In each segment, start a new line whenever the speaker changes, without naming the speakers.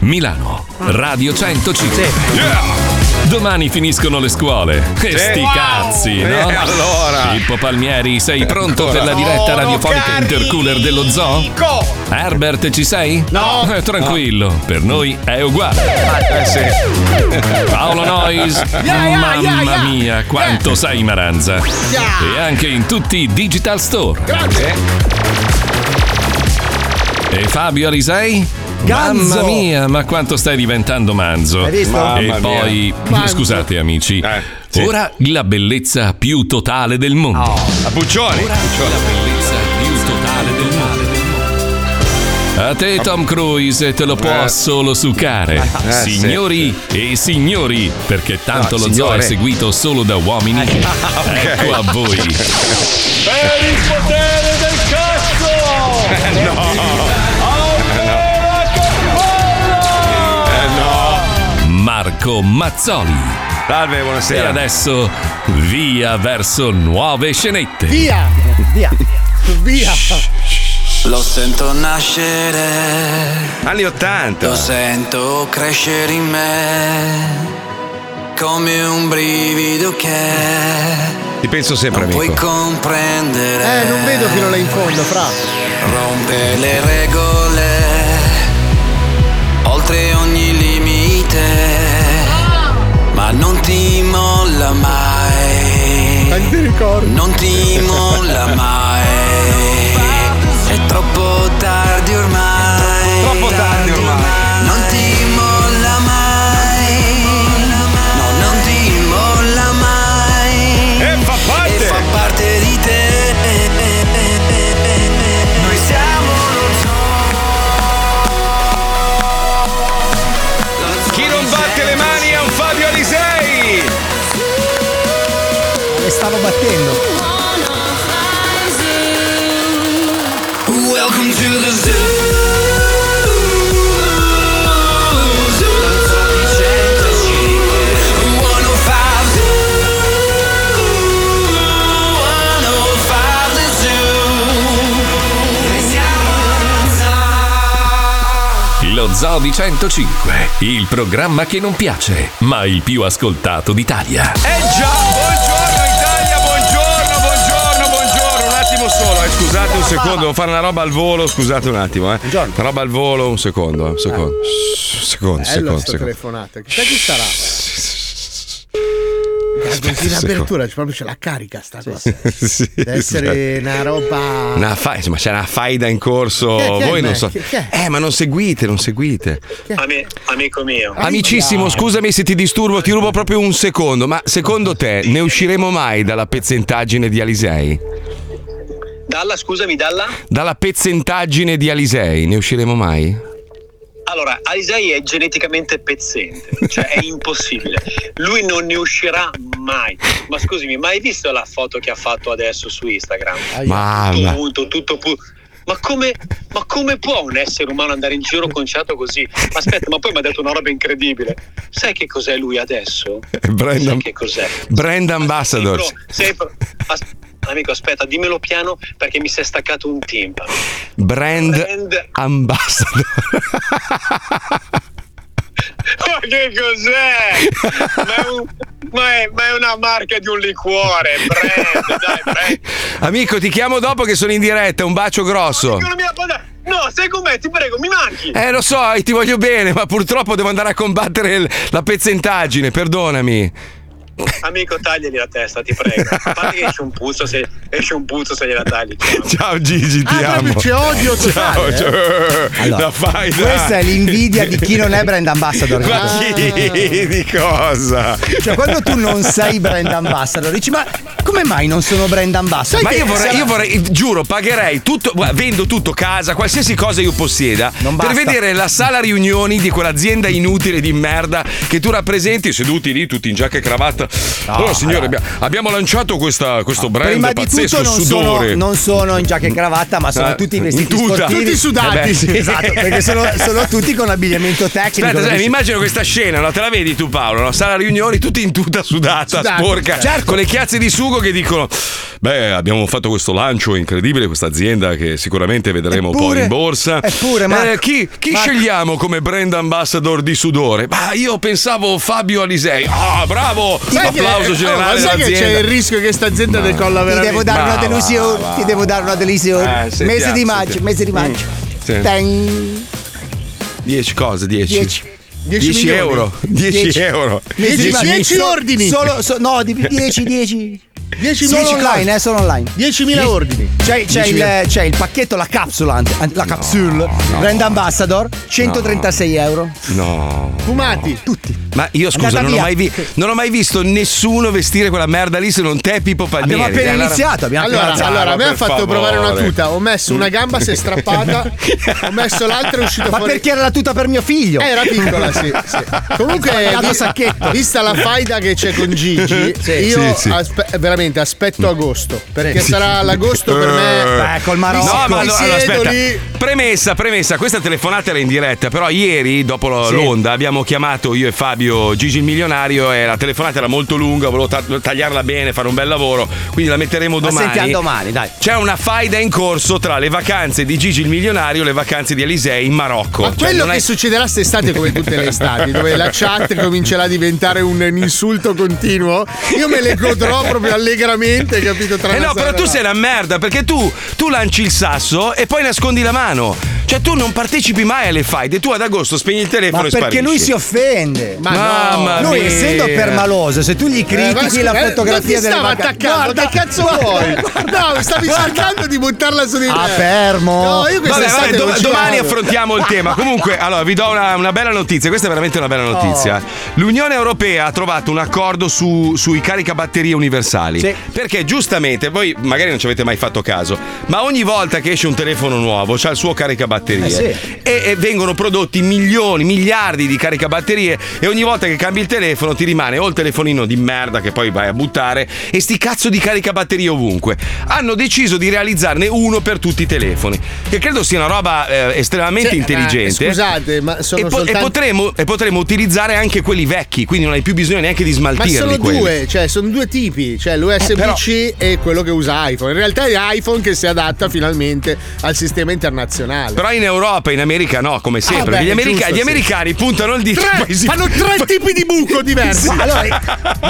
Milano, Radio 105. Yeah! Domani finiscono le scuole. Che
Sì.
sti
Wow!
cazzi,
Sì,
no?
allora.
Pippo Palmieri, sei pronto per
Ancora.
la diretta
Sono
radiofonica intercooler dello zoo? Herbert, ci sei? No. tranquillo, per noi è
Ah, eh,
uguale. Paolo Nois.
Yeah, yeah,
Mamma
yeah, yeah.
mia, quanto sai Maranza.
Yeah.
E anche in tutti i digital store.
Grazie.
Eh,
E Fabio Arisei?
Ganzo.
Mamma mia, ma quanto stai diventando manzo.
Hai visto?
E
Mamma
poi,
mia. Manzo.
scusate amici,
Eh,
ora la bellezza più totale del mondo.
A Puccioni.
Ora la bellezza più totale del male. A te Tom Cruise te lo può
Ah. Eh.
solo succare.
Eh, sì.
Signori e signori, perché tanto
No,
lo zoo è
signore.
seguito solo da uomini.
Ah, ok.
Ecco a voi.
Per il potere del
Eh,
cazzo!
Marco Mazzoli. Salve, buonasera. E adesso via verso nuove scenette.
Via! Via! Via!
Lo sento nascere. Anni 80. Lo sento crescere in me. Come un brivido che
Ti penso sempre,
puoi
amico.
comprendere.
Eh, non vedo chi non è in fondo, fra.
Rompe le regole. Oltre ogni limite. Ma non ti molla mai. Non ti molla mai. È troppo tardi ormai. Troppo tardi ormai. Non ti molla mai. No, non ti molla mai. E fa parte. fa parte di te. Noi siamo lo zoo.
Chi non batte le mani è un Fabio Alisei.
Le stavo battendo.
Welcome to the zoo.
Lo Zoo di 105, il programma che non piace, ma il più ascoltato d'Italia.
Eh già, buongiorno Italia, buongiorno, buongiorno, buongiorno. Un attimo solo, eh, scusate un secondo, devo fare una roba al volo, scusate un attimo, eh. Una roba al volo, un secondo, un secondo. Un secondo, un
Eh. Bello
secondo, un
sto
secondo.
telefonata. Chissà chi sarà. Guarda,
Aspetta un
in
secondo.
apertura c'è proprio c'è la carica sta cosa.
Sì, Esatto.
Deve essere una roba.
Una fa- insomma, c'è una faida in corso.
Chi è- chi è
Voi
il
non
me?
so.
Chi- chi è?
Eh, ma non seguite, non seguite.
amico mio.
Amicissimo, scusami se ti disturbo, ti rubo proprio un secondo, ma secondo te ne usciremo mai dalla pezzentaggine di Alisei?
Dalla, scusami, dalla.
Dalla pezzentaggine di Alisei ne usciremo mai?
Allora, Alisei è geneticamente pezzente, cioè è impossibile. Lui non ne uscirà mai. Ma scusami, ma hai visto la foto che ha fatto adesso su Instagram?
Mamma.
Tutto unto, tutto pu- ma come, ma come può un essere umano andare in giro conciato così? Ma aspetta, ma poi mi ha detto una roba incredibile. Sai che cos'è lui adesso?
Brand,
Sai che cos'è?
brand ambassador.
Bro, sei pro- as- amico, aspetta, dimmelo piano perché mi si è staccato un timpano.
Brand,
Brand-
ambassador.
Ma che cos'è? Ma è, un- ma è- ma è una marca di un liquore, brand, dai, brand.
Amico, ti chiamo dopo che sono in diretta, un bacio grosso.
Non mi appoda- No, sei con me, ti prego, mi manchi.
Ecco. Eh, lo so, eh, ti voglio bene, ma purtroppo devo andare a combattere il- la pezzentaggine, perdonami.
Amico, tagliali la testa, ti prego. A parte che esce un puzzo se, esce un puzzo se gliela tagli.
Ciao
cioè,
Gigi, ti
Ah,
amo.
proprio c'è odio totale,
Ciao,
eh?
ciao.
Allora,
La fai, dai.
Questa è l'invidia di chi non è brand ambassador.
Ma chi? Di cosa?
Cioè, quando tu non sei brand ambassador, dici, ma come mai non sono brand ambassador?
Ma io vorrei,
Sarà-
io vorrei, giuro, pagherei tutto, guarda, vendo tutto casa, qualsiasi cosa io possieda, per
basta.
vedere la sala riunioni di quell'azienda inutile di merda che tu rappresenti, seduti lì tutti in giacca e cravatta. allora, signore, abbi- abbiamo lanciato questa- questo brand
Prima di
pazzesco
tutto non
sudore.
sono, non sono in giacca e cravatta, ma sono
Eh,
tutti
in
vestiti
tuta.
sportivi.
Tutti sudati.
Eh beh, sì, esatto, perché sono, sono tutti con abbigliamento tecnico.
Aspetta, sai,
Dici-
mi immagino questa scena, no? te la vedi tu Paolo, no? sala riunioni tutti in tuta sudata,
Sudata,
sporca,
certo.
con le chiazze di sugo che dicono beh, abbiamo fatto questo lancio incredibile, questa azienda che sicuramente vedremo poi
Eppure-
in borsa.
eppure, Marco-
Eh, chi chi
Marco-
scegliamo come brand ambassador di sudore? Ma Ah, io pensavo Fabio Alisei. Ah, bravo!
Sai che-
Applauso
oh, ma
generale
sai che
dell'azienda.
c'è il rischio che sta azienda decolla
Ti
veramente?
devo dare una
Va, va,
delusione.
va.
Ti devo dare una delusione.
Eh, sentiamo,
mese di maggio,
sentiamo. Mm.
mese di maggio.
Sì.
Ten-
10 cose, 10.
10.
10,
milioni.
euro. 10, euro.
Mese di
Dieci-
maggio.
dieci
So-
ordini.
Solo, so- no, di- 10, 10.
10.000
Solo online, eh, solo online.
10.000
Dieci-
ordini.
C'è, c'è
10.000.
il, c'è il pacchetto, la capsula, anzi, la capsule, Brand Ambassador, 136 euro.
No.
Fumati.
Tutti.
Ma io scusa,
Andata
non ho,
via.
mai vi- non ho mai visto nessuno vestire quella merda lì se non te, Pippo Palmieri.
Abbiamo appena
Dai, allora-
iniziato, abbiamo
Allora,
appena iniziato.
allora, a me
per
hanno fatto provare una
favore.
tuta, ho messo una gamba, si è strappata, ho messo l'altra, è uscito
Ma
fuori.
perché era la tuta per mio figlio?
Eh, era piccola, sì. sì. Comunque,
Sbagliato
vi-
sacchetto.
vista la faida che c'è con Gigi, io
Sì, sì.
aspe- veramente aspetto agosto. Perché sarà l'agosto per me.
Beh, col Marocco.
Eh. No, ma allora,
siedo
allora, aspetta.
lì.
Premessa, premessa, questa telefonata era in diretta, però ieri dopo lo- l'onda abbiamo chiamato io e Fabio Gigi il milionario e la telefonata era molto lunga, volevo ta- tagliarla bene, fare un bel lavoro, quindi la metteremo
Ma
domani.
sentiamo domani, dai.
C'è una faida in corso tra le vacanze di Gigi il milionario e le vacanze di Elisei in Marocco.
Ma
Cioè,
quello
non
che
è-
succederà quest'estate, come tutte le estati, dove la chat comincerà a diventare un, un insulto continuo, io me le godrò proprio allegramente, capito? Tra
Eh
una
no, però
sarà-
tu sei una merda perché tu, tu lanci il sasso e poi nascondi la mano. Cioè tu non partecipi mai alle faide, tu ad agosto spegni il
Ma
telefono e
perché
sparisci.
lui si offende.
Ma
Mamma
no.
Lui,
mia.
essendo permaloso, se tu gli
Eh, ma
critichi
scusa,
la
eh,
fotografia
non ti
della
stava attaccando, che cazzo vuoi? No, stavi cercando di buttarla su di me.
Ah, fermo.
No, io
Vabbè,
quest'estate
vabbè,
non
dom-
ci
domani
vado.
affrontiamo il tema. Comunque, allora, vi do una, una bella notizia. Questa è veramente una
Oh.
bella notizia. L'Unione Europea ha trovato un accordo su- sui caricabatterie universali.
Sì.
Perché giustamente, voi magari non ci avete mai fatto caso, ma ogni volta che esce un telefono nuovo c'ha il suo caricabatterie.
Eh sì.
e, e vengono prodotti milioni, miliardi di caricabatterie. E ogni volta che cambi il telefono ti rimane o il telefonino di merda che poi vai a buttare e sti cazzo di caricabatterie ovunque. Hanno deciso di realizzarne uno per tutti i telefoni. Che credo sia una roba eh, estremamente
Cioè,
intelligente.
eh, scusate, ma sono
e, po- e
soltanto-
potremo, e potremo utilizzare anche quelli vecchi, quindi non hai più bisogno neanche di
Ma
smaltirli.
sono
quelli. Eh,
due, cioè sono due tipi, cioè l'USB-C e quello che usa iPhone. In realtà è iPhone che si adatta finalmente al sistema internazionale.
Però in Europa e in America no, come sempre.
Ah, beh,
gli, america-
giusto,
gli
sì.
americani puntano il dito. ai
Tre,
paesi-
fanno tre tipi di buco diversi.
Ma allora,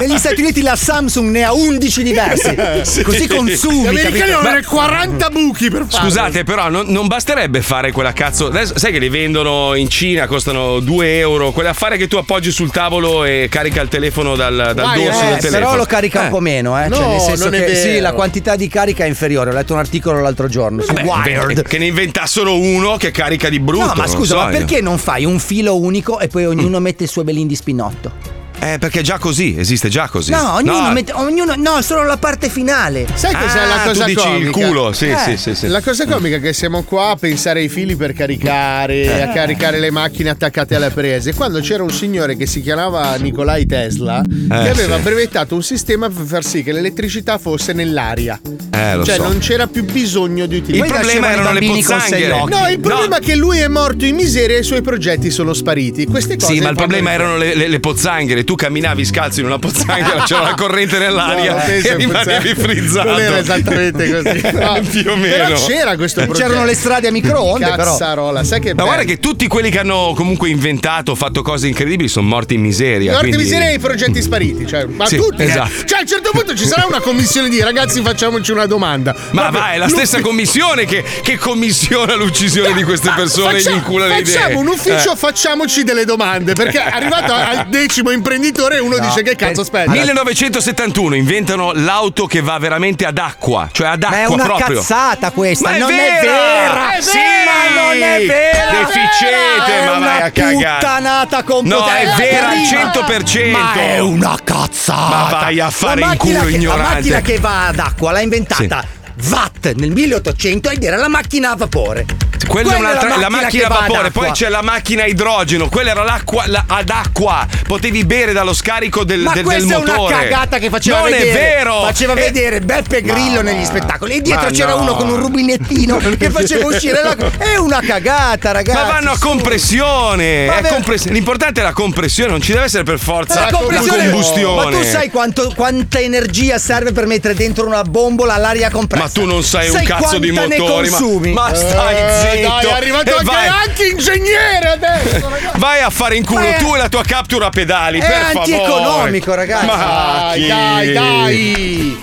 negli Stati Uniti la Samsung ne ha 11 diversi. Così
Gli
consumi.
americani
capito?
devono avere 40 buchi per farlo.
Scusate, però non, non basterebbe fare quella cazzo. adesso- sai che li vendono in Cina, costano 2 euro. Quell'affare che tu appoggi sul tavolo e carica il telefono dal, dal
Vai,
dorso
eh,
del
Eh,
telefono.
però lo carica
Eh,
un po' meno, eh. cioè,
No,
nel senso
non è
che sì,
vero.
la quantità di carica è inferiore. Ho letto un articolo l'altro giorno su
beh,
Wired.
che- Che ne inventassero uno che carica di brutto.
No, ma
non
scusa,
so
ma
io.
perché non fai un filo unico e poi ognuno mette il suo belin di spinotto?
Eh, perché è già così, esiste già così.
No, ognuno mette. Ognuno, no, solo la parte finale.
Sai cos'è
Ah,
la cosa
tu dici il
comica?
culo, sì,
Eh,
sì, sì, sì.
La cosa comica è che siamo qua a pensare ai fili per caricare, a caricare le macchine attaccate alle prese. Quando c'era un signore che si chiamava Nicolai Tesla, che aveva
sì.
brevettato un sistema per far sì che l'elettricità fosse nell'aria.
Eh, lo
cioè
so.
non c'era più bisogno di
Il
utilizzare.
problema
nascevano i
erano le
bambini con sei
pozzanghere.
occhi.
No, il problema è che lui è morto in miseria e i suoi progetti sono spariti. Queste cose
Sì, ma il problema erano le, le- le pozzanghere. Tu camminavi scalzo in una pozzanghera, c'era la corrente nell'aria
No, penso
e rimanevi
fosse-
frizzato.
Non era esattamente così. no.
Più o meno. Eh,
Però c'era questo progetto.
C'erano le strade a microonde, però.
Cazzarola, sai che
Ma guarda
bello.
che tutti quelli che hanno comunque inventato, fatto cose incredibili, sono morti in miseria.
Porti
quindi-
miseria ai progetti spariti, cioè, ma
Sì,
tutti. eh.
esatto.
Cioè, a un certo punto ci sarà una commissione di ragazzi, facciamoci una domanda.
Ma
Proprio-
va, è la
l'uffi-
stessa commissione che, che commissiona l'uccisione di queste
Fa-
persone e gli
faccia-
incula le idee.
Facciamo un ufficio,
Eh.
facciamoci delle domande. Perché è arrivato al decimo imprenditore, uno dice che cazzo aspetta.
1971 inventano l'auto che va veramente ad acqua, cioè ad acqua
Ma è una
proprio.
cazzata questa,
Ma
non
vera!
è vera!
Sì!
Ma non è vera!
Deficiente,
è
ma
una
vai a cagare.
puttanata
No,
completa.
è
Eh,
vera al
arriva.
100%.
Ma è una cazzata!
Ma vai a fare in
macchina
culo,
che- La
ignorante.
macchina che va ad acqua l'ha inventata Watt nel 1800 ed era la macchina a vapore.
Quella è un'altra, la macchina
che
a
va ad
vapore,
acqua.
poi c'è la macchina a idrogeno, quella era l'acqua la- ad acqua, potevi bere dallo scarico del,
Ma
del- del
questa è una
motore.
cagata che faceva
non
vedere.
è vero!
Faceva
Eh,
vedere Beppe Grillo negli spettacoli. E dietro
ma
c'era
no.
uno con un rubinettino che faceva uscire l'acqua. È una cagata, ragazzi.
ma vanno a
su.
compressione,
Ma
è
ver-
compress- l'importante è la compressione, non ci deve essere per forza
Ma
la
la compressione-
combustione.
Ma tu sai quanto- quanta energia serve per mettere dentro una bombola l'aria compressa?
Ma tu non sai un cazzo di
quanta
motori,
Ne
ma-
consumi?
ma stai
Eh,
zitto
dai, è
e
arrivato anche,
vai.
anche ingegnere adesso.
Vai a fare in culo
Ma è-
tu e la tua captura a pedali,
è
per favore.
antieconomico, ragazzi.
Ma
Dai,
chi? Oh,
dai, dai.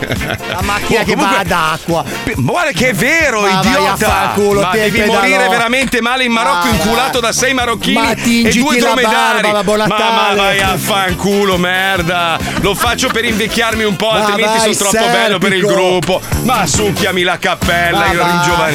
La macchina che va ad acqua.
Ma guarda che è vero,
Ma vai a
idiota!
far culo,
ma
te,
devi
pedalò.
morire veramente male in Marocco,
Ma-
inculato da sei marocchini
Ma
e
tingiti
due
la
dromedari.
barba, Babbo
ma, ma
Natale.
vai a fanculo, merda! Lo faccio per invecchiarmi un po',
Ma
altrimenti
vai,
sono troppo bello per il
Serpico.
gruppo. Ma succhiami la cappella,
Ma
io
vai.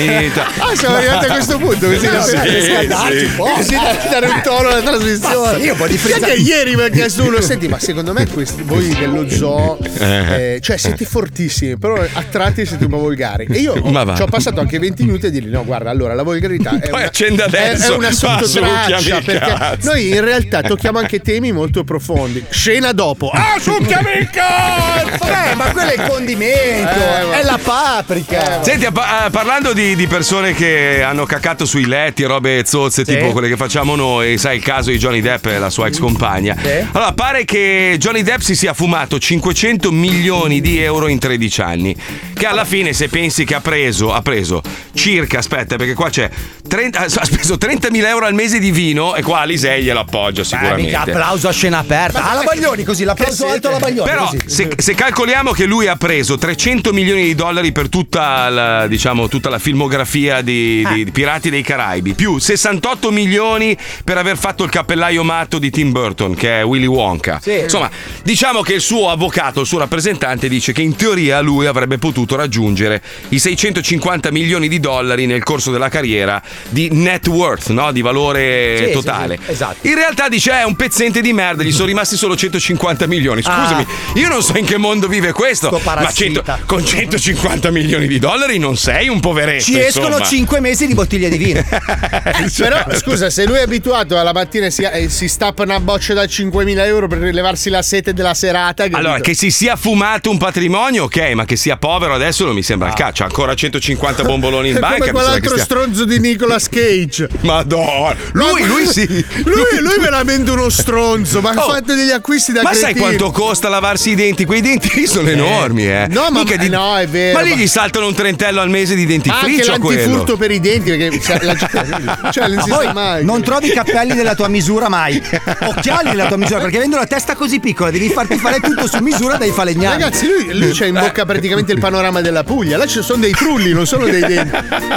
ringiovanita.
Ah, siamo arrivati a questo punto. Così
Eh, Sì,
da
sì.
scaldarci un po'. Così da dare un tono alla trasmissione.
Io un po' di
Sai
frizzante.
che ieri mi ha chiesto uno. Senti, ma secondo me questi, voi dello zoo, eh, cioè siete fortissimi, però a tratti siete un po' volgari. E io
Ma va.
ci ho passato anche 20 minuti a dirgli: no, guarda, allora la volgarità è
Poi
una,
accende
è-
adesso,
è una
ma succhiami
sottotraccia.
il
Perché
cazzo.
noi in realtà tocchiamo anche temi molto profondi. Scena dopo. Ah, succhiami il cazzo!
Vabbè, Eh, ma quello è il condimento,
Eh, ma-
è la paprika.
Senti, a pa- a- parlando di, di persone che hanno cacato sui letti, robe zozze, tipo quelle che facciamo noi, sai il caso di Johnny Depp e la sua ex compagna. Allora, pare che Johnny Depp si sia fumato 500 milioni di euro in 13 anni. Che alla fine, se pensi che ha preso, ha preso circa, aspetta, perché qua c'è 30 ha speso 30.000 euro al mese di vino e qua Alisei glielo appoggia
Eh, mica
sicuramente.
applauso a scena aperta. Alla Baglioni così, l'applauso alto alla Baglioni.
Però
così.
se, se calcoliamo che lui ha preso 300 milioni di dollari per tutta la, diciamo, tutta la filmografia di,
Ah.
di- di Pirati dei Caraibi, più 68 milioni per aver fatto il cappellaio matto di Tim Burton, che è Willy Wonka. Insomma, diciamo che il suo avvocato, il suo rappresentante dice che in teoria lui avrebbe potuto raggiungere i 650 milioni di dollari nel corso della carriera di net worth, no? di valore
Sì,
totale.
sì, sì, esatto.
In realtà dice è un pezzente di merda, gli sono rimasti solo 150 milioni.
Ah.
Scusami, io non so in che mondo vive questo.
Sto
Ma
parassita.
100 con 150 milioni di dollari non sei un poveretto.
Ci escono
insomma.
5 mesi di bottiglie di vino.
Eh,
Certo.
Però scusa, se lui è abituato alla mattina e si, eh, si stappa una boccia da 5.000 euro per rilevarsi la sete della serata. capito?
Allora, che si sia fumato un patrimonio, ok, ma che sia povero adesso non mi sembra il caccia. Ancora 150 bomboloni in
È
banca.
Ah. come
mi sembra che
quell'altro
stia-
stronzo di Nicolas Cage.
Madonna, lui,
Ma-
lui sì.
Lui, lui è veramente uno stronzo, ma ha
Oh,
fatto degli acquisti da
Ma sai
cretino.
quanto costa lavarsi i denti? Quei denti lì sono enormi, eh.
No, ma
Mica di-
no, è vero.
Ma lì gli saltano un trentello al mese di
anche
dentifricio a quello.
l'antifurto per i denti, perché cioè, la gente- cioè, non si
Ma poi
sa mai.
non trovi i cappelli della tua misura mai. Occhiali della tua misura, perché avendo la testa così piccola devi farti fare tutto su misura dai falegnami.
Ragazzi, lui, lui c'ha in bocca praticamente il panorama della Puglia. Là ci sono dei trulli, non sono dei denti.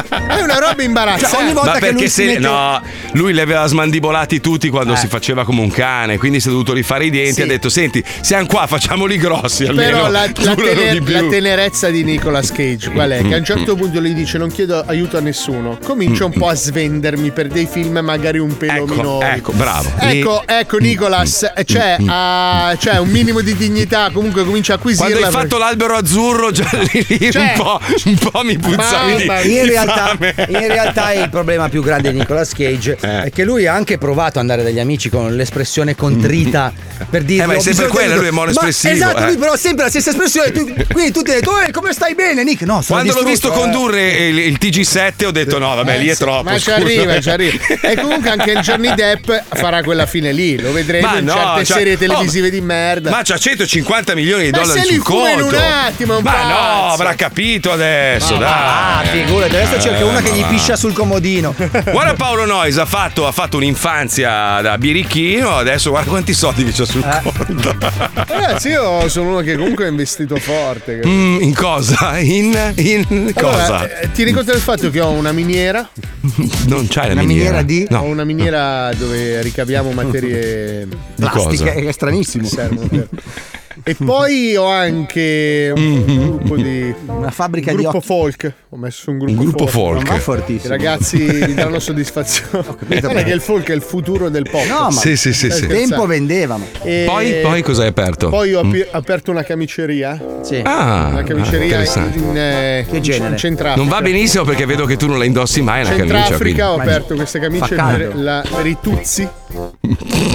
È una roba imbarazzante.
Cioè, ogni volta
Ma
che
perché
lui si
se.
mette-
No, lui li aveva smandibolati tutti quando
Eh.
si faceva come un cane, quindi si è dovuto rifare i denti.
Sì.
Ha detto: Senti, siamo qua, facciamoli grossi almeno.
Però la, la
durano
tener-
di più."
la tenerezza di Nicolas Cage qual è? Che a un certo punto lui dice non chiedo aiuto a nessuno, comincia un po' a svendermi per dei film magari un pelo
Ecco,
minori.
ecco, bravo. Lì-
Ecco, ecco Nicolas, eh, c'è ah, c'è un minimo di dignità, comunque comincia a acquisirla.
Quando hai
per-
fatto l'albero azzurro, già lì, lì
Cioè-
un, po', un po' mi puzzavi di,
Mamma
di
in realtà,
fame.
in realtà il problema più grande di Nicolas Cage
Eh.
è che lui ha anche provato ad andare dagli amici con l'espressione contrita per dire
Eh, ma è
"Ho
sempre
bisogno di
quella,
aiuto".
lui è
Ma-
monoespressivo,
esatto
eh.
lui però ha sempre la stessa espressione tu, quindi tu ti hai detto "Eh, come stai bene Nick no sono
Quando l'ho visto
distrutto, eh.
condurre il, il TG7, ho detto: No, vabbè, lì è troppo.
Eh Ma ci
scusa.
arriva, ci arriva. E comunque anche il Johnny Depp farà quella fine lì, lo vedremo
Ma
in
no,
certe
cioè-
serie
oh,
televisive di merda.
Ma c'ha 150 milioni di
Ma
dollari
se li
sul
fuma in
conto.
un attimo, è un
ma no,
pazzo.
avrà capito adesso, dai.
ah figurati adesso
Eh,
cerca una che
ma
gli
va.
piscia sul comodino
Guarda Paolo Nois ha fatto, ha fatto un'infanzia da birichino, adesso guarda quanti soldi che c'ha sul
Eh.
conto.
Ragazzi, io sono uno che comunque ha investito forte. capito?
Mm, in cosa? In, in
Allora,
cosa?
eh, tieni conto del fatto che ho una miniera,
non c'hai la
una
miniera.
miniera di
ho
No,
una miniera dove ricaviamo materie
di cosa?
plastica è stranissimo
che servono per- E poi ho anche un
Mm-hmm.
gruppo di.
Una fabbrica
un
di
gruppo
occhi.
folk. Ho messo un gruppo,
Un gruppo folk.
Ma
Ma fortissimo.
I ragazzi mi daranno soddisfazione. Non è che il folk è il futuro del pop.
No, ma Sì, sì, sì,
Stai
sì.
scherzando?
tempo
vendevamo.
E-
Poi, poi cosa hai aperto?
Eh, Poi ho
Mm.
api- aperto una camiceria. Sì.
Ah,
una camiceria in,
interessante.
in, eh, in- in Centrafrica.
Non va benissimo perché vedo che tu non la indossi mai la camicia. quindi.
Centrafrica ho aperto queste camicie
Fa caldo.
per, la, per i tuzzi,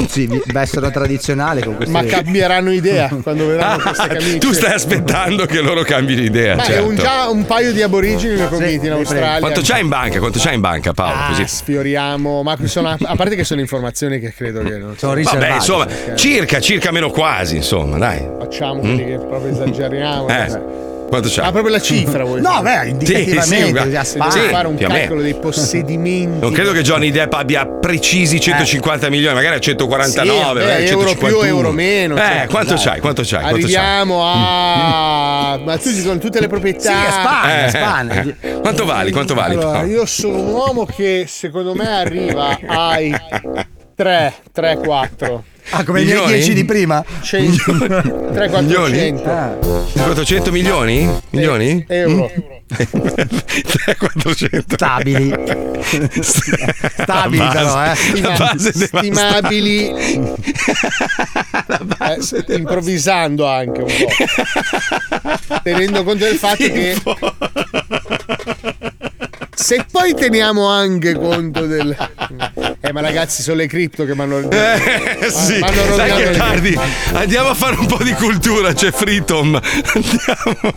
Sì, vestito tradizionale con questi.
ma cambieranno idea quando vedranno queste camicie.
Ah, Tu stai aspettando che loro cambino idea.
Ma è
certo.
un, già un paio di aborigini mi ho convinti in Australia. Ah,
Quanto c'hai in banca? Quanto c'hai in banca, Paolo? Così.
Sfioriamo, ma sono, a parte che sono informazioni che credo che non sono
Vabbè, insomma, circa, circa meno quasi, insomma, dai.
Facciamo quelli che proprio esageriamo.
Mm.
Cioè,
Eh, quanto c'hai?
Ma proprio la cifra vuoi
No,
dire?
beh, indicativamente,
Sì, sì, guarda.
Se devo
Sì,
fare un
più o meno.
calcolo dei possedimenti.
Non credo eh, che Johnny Depp abbia precisi 150 milioni, magari a 149,
Eh. Sì, vabbè,
magari a
euro più,
151.
euro meno,
Eh,
cioè,
quanto
dai.
c'hai? Quanto c'hai? Quanto c'hai?
Arriviamo a. Ma tu ci sono tutte le proprietà.
Eh, eh. Quanto vali? Quanto vali? Ah.
Allora, io sono un uomo che secondo me arriva ai 3, 3, 4.
Ah,
come i miei Milioni? 10 di
prima?
100, 3, 400
Ah. 400 milioni? Milioni?
euro.
400
Stabili. Stabili
La
però, eh.
base- la base
Stimabili. Eh, improvvisando anche un po'. Tenendo conto del fatto che. Se poi teniamo anche conto del. Eh, ma ragazzi, sono le cripto che mi hanno.
Eh, sì,
mi hanno
sai
rovinato
che è
le-
tardi. Andiamo a fare un po' di cultura, c'è Freetom. Andiamo a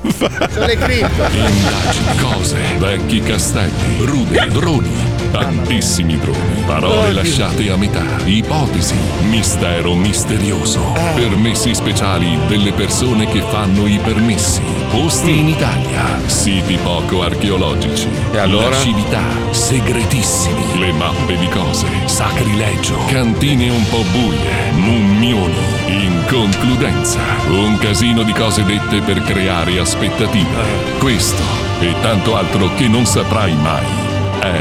Sono le cripto.
Indagini, cose, vecchi castelli, rude, droni, tantissimi droni, parole lasciate a metà, ipotesi, mistero misterioso,
Eh.
permessi speciali delle persone che fanno i permessi, posti in Italia, siti poco archeologici, e
allora?
lascività, segretissimi, le mappe di cose, sacrilegio, cantine un po' buie, mummioni. In concludenza, un casino di cose dette per creare aspettative. Questo e tanto altro che non saprai mai è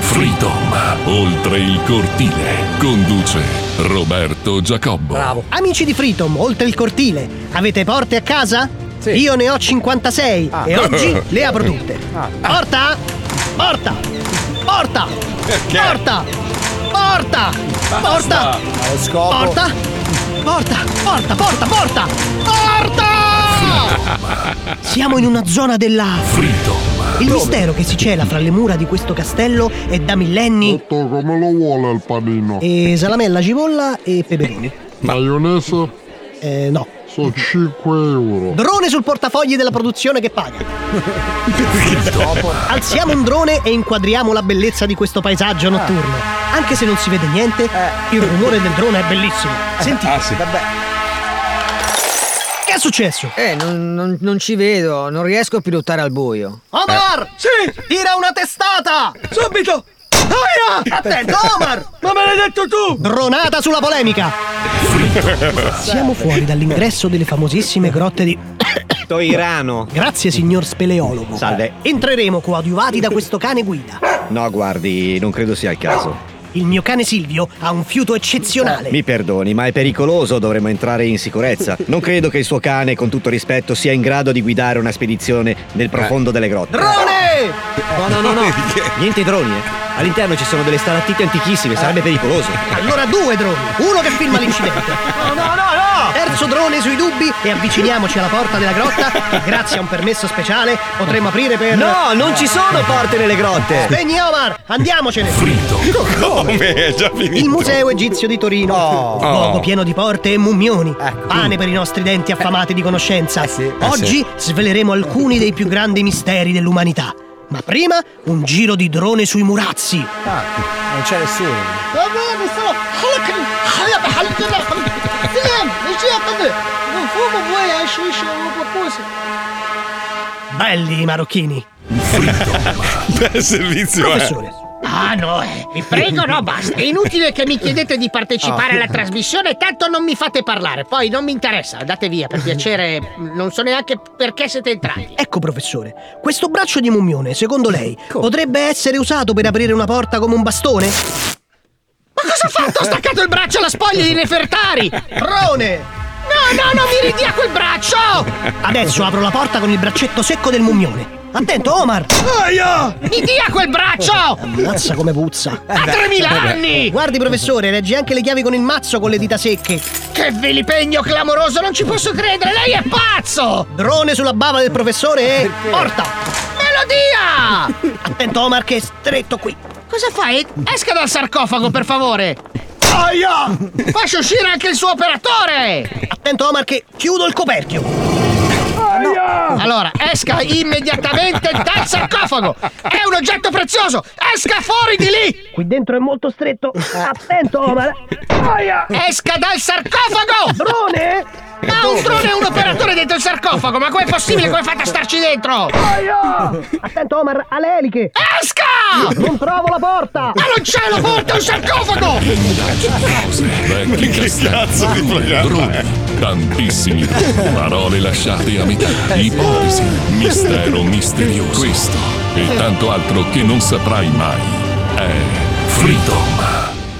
Freedom. Oltre il cortile conduce Roberto Giacobbo.
Bravo. Amici di Freedom, oltre il cortile, avete porte a casa? Io ne ho 56 e oggi le apro tutte. Porta! Porta! Porta! Porta! Porta! Porta! Porta! Porta! Porta! Porta! Porta! Porta! Siamo in una zona della
Freedom.
Il mistero che si cela fra le mura di questo castello è da millenni.
come lo vuole il panino?
E salamella, cipolla e peperoni.
Maionese?
Eh, no.
Sono 5 euro.
Drone sul portafogli della produzione che paga. Alziamo un drone e inquadriamo la bellezza di questo paesaggio notturno. Anche se non si vede niente, il rumore del drone è bellissimo. Sentite. Che è successo?
Eh, non, non- non ci vedo, non riesco a pilotare al buio.
Omar! Eh. Sì! Tira una testata! Subito! Aia! Attento, Omar! Ma me l'hai detto tu! Dronata sulla polemica! Siamo fuori dall'ingresso delle famosissime grotte di
Toirano.
Grazie signor speleologo.
Salve.
Entreremo coadiuvati da questo cane guida.
No, guardi, non credo sia il caso.
Il mio cane Silvio ha un fiuto eccezionale.
Mi perdoni, ma è pericoloso, dovremmo entrare in sicurezza. Non credo che il suo cane, con tutto rispetto, sia in grado di guidare una spedizione nel profondo delle grotte.
Drone!
No, no, no, no. Niente droni, eh. All'interno ci sono delle stalattite antichissime, sarebbe pericoloso.
Allora due droni, uno che filma l'incidente. No, no, no, no! Ah! Terzo drone sui dubbi e avviciniamoci alla porta della grotta. e Grazie a un permesso speciale potremo aprire per.
No, non ci sono porte nelle grotte!
Spegni Omar, andiamocene! Ecco,
Come? È già
Il
finito.
museo egizio di Torino. Un luogo
Oh.
pieno di porte e mummioni.
Ecco.
Pane per i nostri denti affamati di
Eh
conoscenza. Oggi sveleremo alcuni dei più grandi misteri dell'umanità. Ma prima un giro di drone sui murazzi.
Ah, eh,
Non
cioè,
c'è nessuno.
Eh.
Belli i marocchini.
Bel servizio,
Professore.
Ah no, eh. vi prego, no, basta. Ah. È inutile che mi chiedete di partecipare alla trasmissione, tanto non mi fate parlare. Poi non mi interessa, andate via, per piacere. Non so neanche perché siete entrati.
Ecco, professore, questo braccio di mummione, secondo lei, potrebbe essere usato per aprire una porta come un bastone?
Ma cosa ho fatto? Ho staccato il braccio alla spoglia di Nefertari!
Drone!
No,
no, no, mi ridia quel braccio!
Adesso apro la porta con il braccetto secco del mummione. Attento, Omar!
Aia! Mi dia quel braccio!
Ammazza come puzza!
Ha 3000 anni!
Guardi, professore, regge anche le chiavi con il mazzo con le dita secche.
Che vilipegno clamoroso, non ci posso credere, lei è pazzo!
Drone sulla bava del professore e. Porta!
Melodia!
Attento, Omar, che è stretto qui.
Cosa fai? Esca dal sarcofago, per favore! Aia! Faccio uscire anche il suo operatore!
Attento, Omar, che chiudo il coperchio.
Allora, esca immediatamente dal sarcofago! È un oggetto prezioso! Esca fuori di lì!
Qui dentro è molto stretto. Eh, Attento, Omar.
Aia! Esca dal sarcofago!
Drone?
Ma un drone è un operatore dentro il sarcofago! Ma com'è possibile? Come fate a starci dentro?
Attento, Omar, alle eliche.
Esca!
Non trovo la porta!
Ma non c'è la porta, è un sarcofago!
Vecchi castelli, droni, tantissimi, parole lasciate a metà, ipotesi, mistero misterioso. Questo e tanto altro che non saprai mai è Freedom.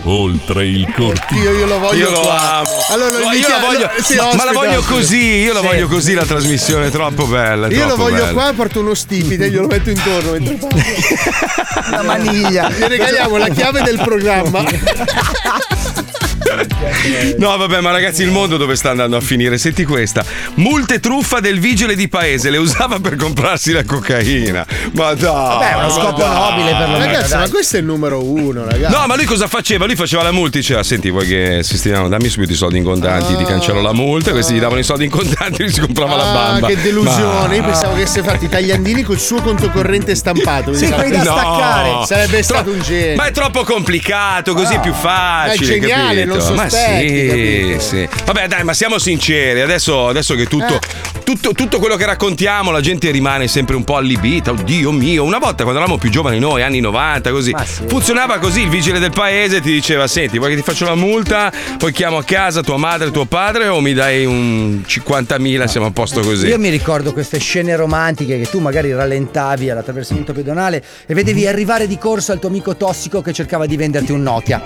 Oltre il cortile.
Io, io lo voglio
Io lo
qua.
amo.
Allora,
Lo-
mi
io la
chiamo-
voglio,
sì,
ma- ma la
ospite,
voglio
ospite.
così, io la
Sì.
voglio così la trasmissione, è troppo bella. è
Io lo
troppo
voglio
bella.
qua, porto uno stipite e glielo metto intorno. mentre parla.
Una maniglia.
Gli regaliamo la chiave del programma.
No, vabbè, ma ragazzi, il mondo dove sta andando a finire? Senti questa. Multe truffa del vigile di paese, le usava per comprarsi la cocaina. Ma dai.
Vabbè,
ma dai.
Ah, Ragazzi, ma questo è il numero uno, ragazzi.
No, ma lui cosa faceva? Lui faceva la multa, diceva: Senti, vuoi che sistemiamo? Dammi subito i soldi in contanti, ti cancello la multa. e Questi gli davano i soldi in contanti e si comprava la
Ah,
bamba.
che delusione! Io
Ma-
pensavo che avesse fatto i tagliandini col suo conto corrente stampato.
Sì,
Pensavo-
quelli da No. staccare.
Sarebbe stato un genio. Ah,
Ma è troppo complicato, così è più facile.
È geniale,
capito?
non
Ma
sospetti,
sì, sì. Vabbè, dai, ma siamo sinceri. Adesso, adesso che tutto,
Eh.
tutto, tutto quello che raccontiamo, la gente rimane sempre un po' allibita. Oddio mio, una volta quando eravamo più giovani noi, anni 90, così funzionava così: il vigile del paese ti diceva: Senti, vuoi che ti faccio la multa? Poi chiamo a casa tua madre, tuo padre, o mi dai un 50.000? Siamo a posto così.
Io mi ricordo queste scene romantiche che tu magari rallentavi all'attraversamento pedonale e
Mhm.
vedevi arrivare di corsa il tuo amico tossico che cercava di venderti un Nokia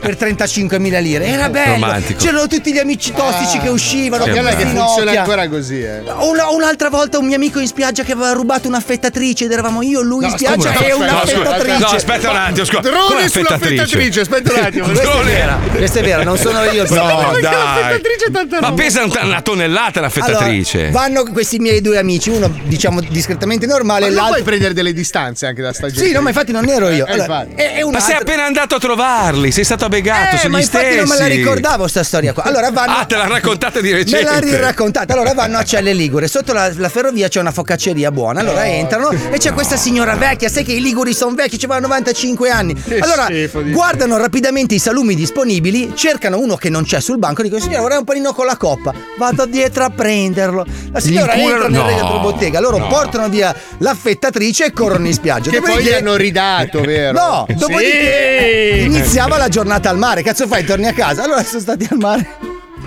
per 35.000 lire. Era bello.
Romantico.
C'erano tutti gli amici tossici che uscivano
Eh. Che
con
bello.
questi
Ah, cioè, Che
Nokia.
funziona ancora così, eh.
Una- un'altra volta un mio amico in spiaggia che aveva rubato un'affettatrice ed eravamo io, lui in spiaggia
scusa,
e
no,
una
scusa,
affettatrice.
no, aspetta un attimo, scusa.
Drone
Come
sulla
affettatrice?
affettatrice, aspetta un attimo.
Drone.
Questa è vera,
questa è vera, non sono io il
No,
problema.
dai.
L'affettatrice è tanta
Ma
roba.
pesa un- una tonnellata l'affettatrice.
Allora, vanno questi miei due amici, uno diciamo discretamente normale e
Ma non
l'altro.
puoi prendere delle distanze anche da sta gente.
Sì, no, ma infatti non ero io.
Eh,
Allora,
infatti.
è, è un
Ma sei
altro-
appena andato a trovarli, sei stato abbegato,
Eh,
sono
ma
gli
infatti
stessi.
non me la ricordavo sta storia qua. Allora vanno.
Ah, te l'ha raccontata di
Me
recente.
l'ha riraccontata. Allora vanno a Celle Ligure. Sotto la, la ferrovia c'è una focacceria buona.
Oh.
Allora entrano e c'è questa signora vecchia. Sai che i Liguri sono vecchi, c'aveva 95 anni. allora
schifo di-
guardano rapidamente i salumi disponibili, cercano uno che non c'è sul banco. Dicono: Signora, vorrei un panino con la coppa. Vado dietro a prenderlo. La signora
Incurano-
entra nella
No,
retrobottega. Loro
no.
portano via l'affettatrice e corrono in spiaggia.
Che poi gli
Dopodiché-
hanno ridato, vero?
No,
Sì.
dopodiché iniziava la giornata al mare. Cazzo fai? Torni a casa. Allora sono stati al mare.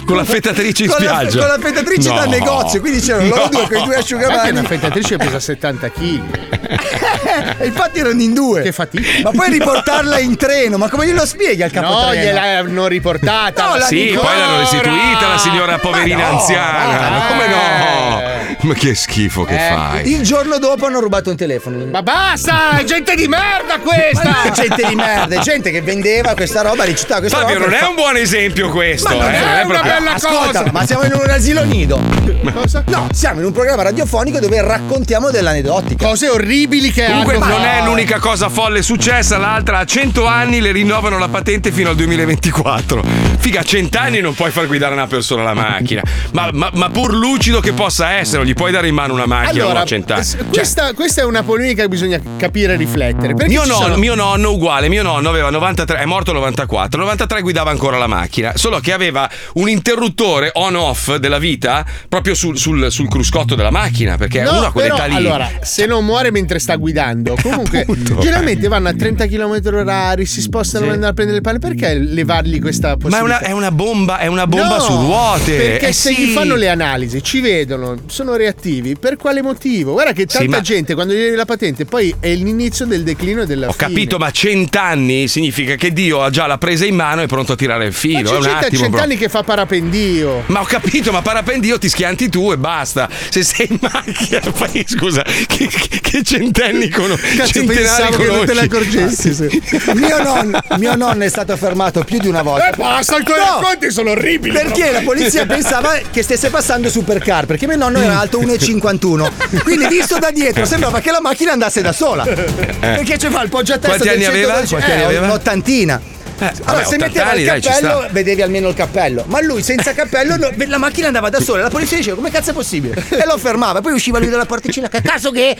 Con l'affettatrice in
Con la-
spiaggia.
con l'affettatrice
No.
dal negozio, quindi c'erano loro due con i due asciugamani.
Sai che una fettatrice pesa 70 kg.
E infatti erano in due. Che
fatica.
Ma poi riportarla in treno, ma come glielo spieghi al capotreno?
No, gliel'hanno riportata.
No, la
Ah, sì,
dico-
poi l'hanno restituita la signora poverina
no,
anziana.
dai.
Ma come no? Ma che schifo che
Eh,
fai.
Il giorno dopo hanno rubato un telefono. Ma
basta, Ah, è gente di merda questa!
gente di merda, è gente che vendeva questa roba, ricettava questa
Fabio,
roba.
non
per
è
fa-
un buon esempio questo.
Ma non
eh,
è
non
una
proprio-
bella Ascolta, cosa. ma siamo in un asilo nido. No, siamo in un programma radiofonico dove raccontiamo dell'aneddotica.
Cose orribili che
Comunque non è l'unica cosa folle successa, l'altra a 100 anni le rinnovano la patente fino al 2024. Figa, a 100 anni non puoi far guidare una persona la macchina. Ma, ma- ma pur lucido che possa essere, non gli puoi dare in mano una macchina uno a 100 anni.
s-
Cioè,
questa, questa è una polemica che bisogna capire e riflettere. Perché
mio
ci sono-
nonno, mio nonno uguale, mio nonno aveva 93, è morto 94, 93 guidava ancora la macchina, solo che aveva un interruttore on-off della vita proprio sul, sul- sul cruscotto della macchina, perché
No,
uno a
però,
quell'età lì...
allora, se non muore mentre sta guidando, comunque
Cioè Mm. Appunto.
generalmente vanno a 30 km orari, si spostano
Sì.
per andare a prendere il pane. Perché levargli questa
Ma è
possibilità?
un una, è una bomba, è una bomba
No,
su ruote.
Perché
Eh
se
sì.
gli fanno le analisi, ci vedono, sono reattivi, per quale motivo? Guarda che
Sì,
tanta
ma-
gente quando gli viene la patente, poi è l'inizio del declino e della
Ho capito, ma cent'anni significa che Dio ha già la presa in mano e è pronto a tirare il filo.
C'è
è un
gente a
attimo, bro.
cent'anni che fa parapendio.
Ma ho capito, ma parapendio ti schianti tu e basta. Se sei in macchina, fai scusa, che, che- che centenni cono-
Cazzo,
centenari
pensavo che non te ne
conosci?
accorgessi. sì.
Mio nonno, mio nonno è stato fermato più di una volta.
Eh, basta, i tuoi racconti sono orribili,
Perché
proprio.
la polizia pensava che stesse passando supercar, perché mio nonno era alto 1,51. Quindi visto da dietro sembrava che la macchina andasse da sola. Perché ci fa il poggiatesta
Eh. Quanti
del
anni aveva?
112,
Quanti
eh,
anni aveva? Eh,
Un'ottantina. allora,
vabbè,
se
80
metteva
anni,
il
dai, ci
cappello,
sta.
vedevi almeno il cappello. Ma lui senza cappello, no, la macchina andava da sola. La polizia diceva: Come cazzo è possibile? E lo fermava. Poi usciva lui dalla porticina. Che cazzo che?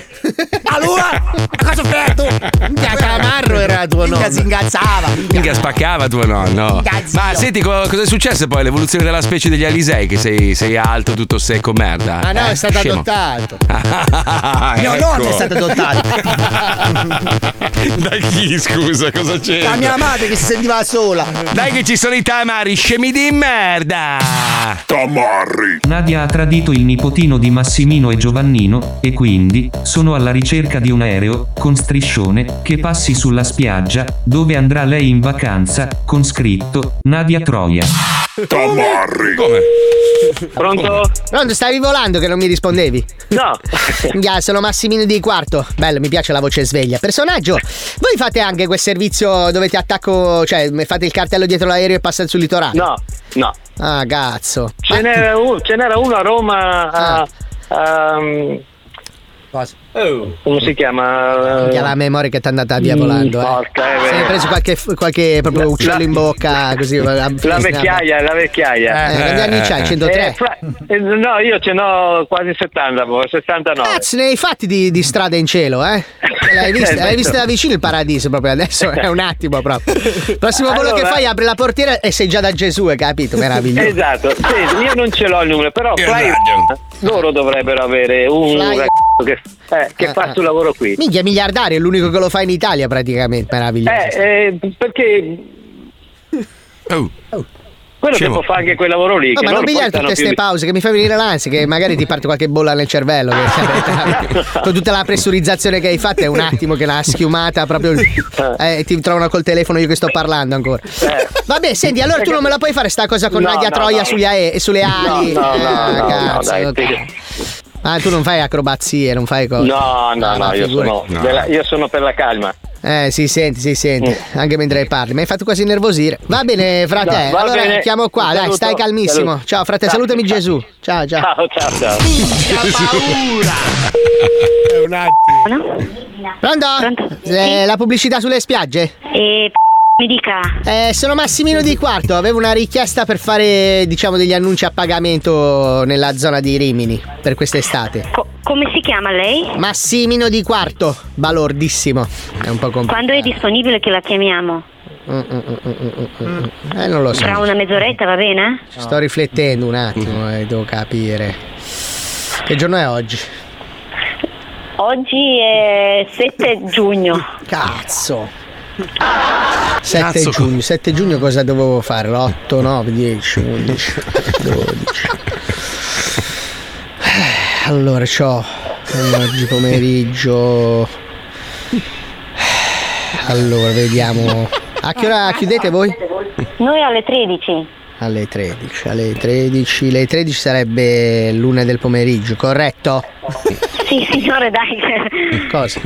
Allora,
Eh,
a cosa ho fatto?
Minchia, Camarro era tuo nonno.
si ingazzava.
Minchia spaccava tuo nonno. Ma senti co- cosa è successo poi? L'evoluzione della specie degli Alisei, che sei, sei alto, tutto secco, merda.
Ah no,
Eh,
è stato
scemo.
adottato.
Ah,
Mio
ecco.
nonno è stato adottato.
Da chi scusa, cosa c'è?
Da mia madre che si sentiva sola.
Dai che ci sono i tamari, scemi di merda!
Tamarri! Nadia ha tradito il nipotino di Massimino e Giovannino, e quindi sono alla ricerca di un aereo, con striscione, che passi sulla spiaggia, dove andrà lei in vacanza, con scritto Nadia Troia.
Tamarri.
Come?
Pronto?
Pronto, stavi volando che non mi rispondevi? No. Ya, sono Massimino di Quarto. Bello, mi piace la voce sveglia. Personaggio, voi fate anche quel servizio dove ti attacco, cioè fate il cartello dietro l'aereo e passate sul litorale?
No, no.
Ah, cazzo.
Ce n'era, un- ce n'era uno a Roma. a-
Ah.
a- um,
Oh.
Come si chiama?
Minchia, la memoria che ti è andata via volando, eh.
porca, Eh. Mm, è
Se hai
vero.
preso qualche, qualche proprio
La-
uccello in bocca, così.
La vecchiaia, la vecchiaia.
Eh, quanti anni c'hai? 103?
Eh, fra- eh, no, io ce n'ho quasi 70, boh, 69.
Cazzo, ne hai fatti di, di strada in cielo, eh? L'hai vista, l'hai vista
certo.
da vicino il paradiso proprio adesso, è un attimo proprio. Prossimo volo che
Allora-
fai, apri la portiera e sei già da Gesù, hai capito? Meraviglioso.
Esatto, Senti, io non ce l'ho il numero, però Fly- loro dovrebbero avere un
Fly-
ragazzo che, eh, che
Ah,
fa
ah.
sul lavoro qui.
Minchia, miliardario, è l'unico che lo fa in Italia praticamente, meraviglioso.
Eh, eh, perché quello che
Oh. Scemo.
può fare anche quel lavoro lì.
Oh,
che
ma non
loro
pigliare
portano
tutte
più
queste
di-
pause che mi fai venire l'ansia, che magari ti parte qualche bolla nel cervello. che sai, con tutta la pressurizzazione che hai fatto, è un attimo che l'ha schiumata proprio. Eh, ti trovano col telefono io che sto parlando ancora. Vabbè, senti, allora tu non me la puoi fare sta cosa con
Eh. No,
Nadia
no,
Troia
no.
sugli ae- sulle ali.
No, no, no,
Ah,
no, no,
cazzo,
dai,
ok.
sì.
Ah, tu non fai acrobazie, non fai cose. Ah,
No, no, no, io
figurati.
sono, della- io sono per la calma.
Eh, si sente, si sente, anche mentre parli. Mi hai fatto quasi nervosire. Va bene, frate.
No, va
allora
bene.
chiamo qua,
Un
dai,
saluto.
stai calmissimo.
Saluto.
Ciao, frate,
Ciao,
salutami Gesù. Ciao, ciao.
Ciao, ciao, ciao.
È un attimo.
Pronto? Eh, La pubblicità sulle spiagge? Eh, mi dica. sono Massimino di Quarto, avevo una richiesta per fare, diciamo, degli annunci a pagamento nella zona di Rimini per quest'estate.
Come si chiama lei?
Massimino di Quarto, balordissimo. È un po' Mm, complicato.
Eh.
Quando è disponibile che la chiamiamo?
Eh, non lo so.
Tra una mezz'oretta va bene?
Sto riflettendo un attimo e devo capire. Che giorno è oggi?
Oggi è 7 giugno.
Cazzo. 7 giugno. 7 giugno cosa dovevo fare? 8, 9, 10, 11, 12. Eh, Allora, c'ho oggi pomeriggio. Allora, vediamo. A che ora chiudete voi?
Noi alle 13.
Alle 13, alle 13, le 13 sarebbe l'una del pomeriggio, corretto?
Sì, signore, dai.
Cosa?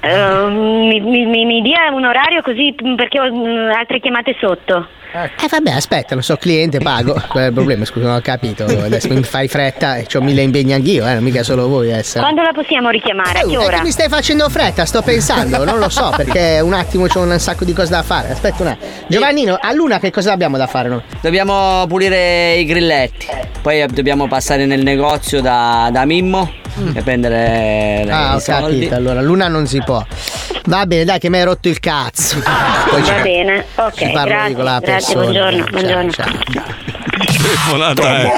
Eh, mi, mi- mi- mi dia un orario così mh, perché ho mh, mm, altre chiamate sotto.
Ecco.
Eh vabbè, aspetta, lo so, cliente pago. Qual è il problema? Scusa, non ho capito. Adesso mi fai fretta e ho mille impegni anch'io, eh, non mica solo voi a essere.
Quando la possiamo richiamare? A che
Eh,
Oh, è
ora?
che mi stai facendo fretta, sto pensando, non lo so, perché un attimo c'ho un sacco di cose da fare. Aspetta un attimo. Giovannino, a Luna che cosa abbiamo da fare noi?
Eh, Dobbiamo pulire i grilletti, poi dobbiamo passare nel negozio da, da Mimmo e prendere le-
Mm. Ah,
i
ho
soldi.
capito, allora Luna non si può. Va bene, dai, che mi hai rotto il cazzo. Poi
Va
ci-
bene, ok,
ci parlo io
grazie,
con la
grazie,
persona.
buongiorno,
Ciao,
buongiorno.
Telefonata è.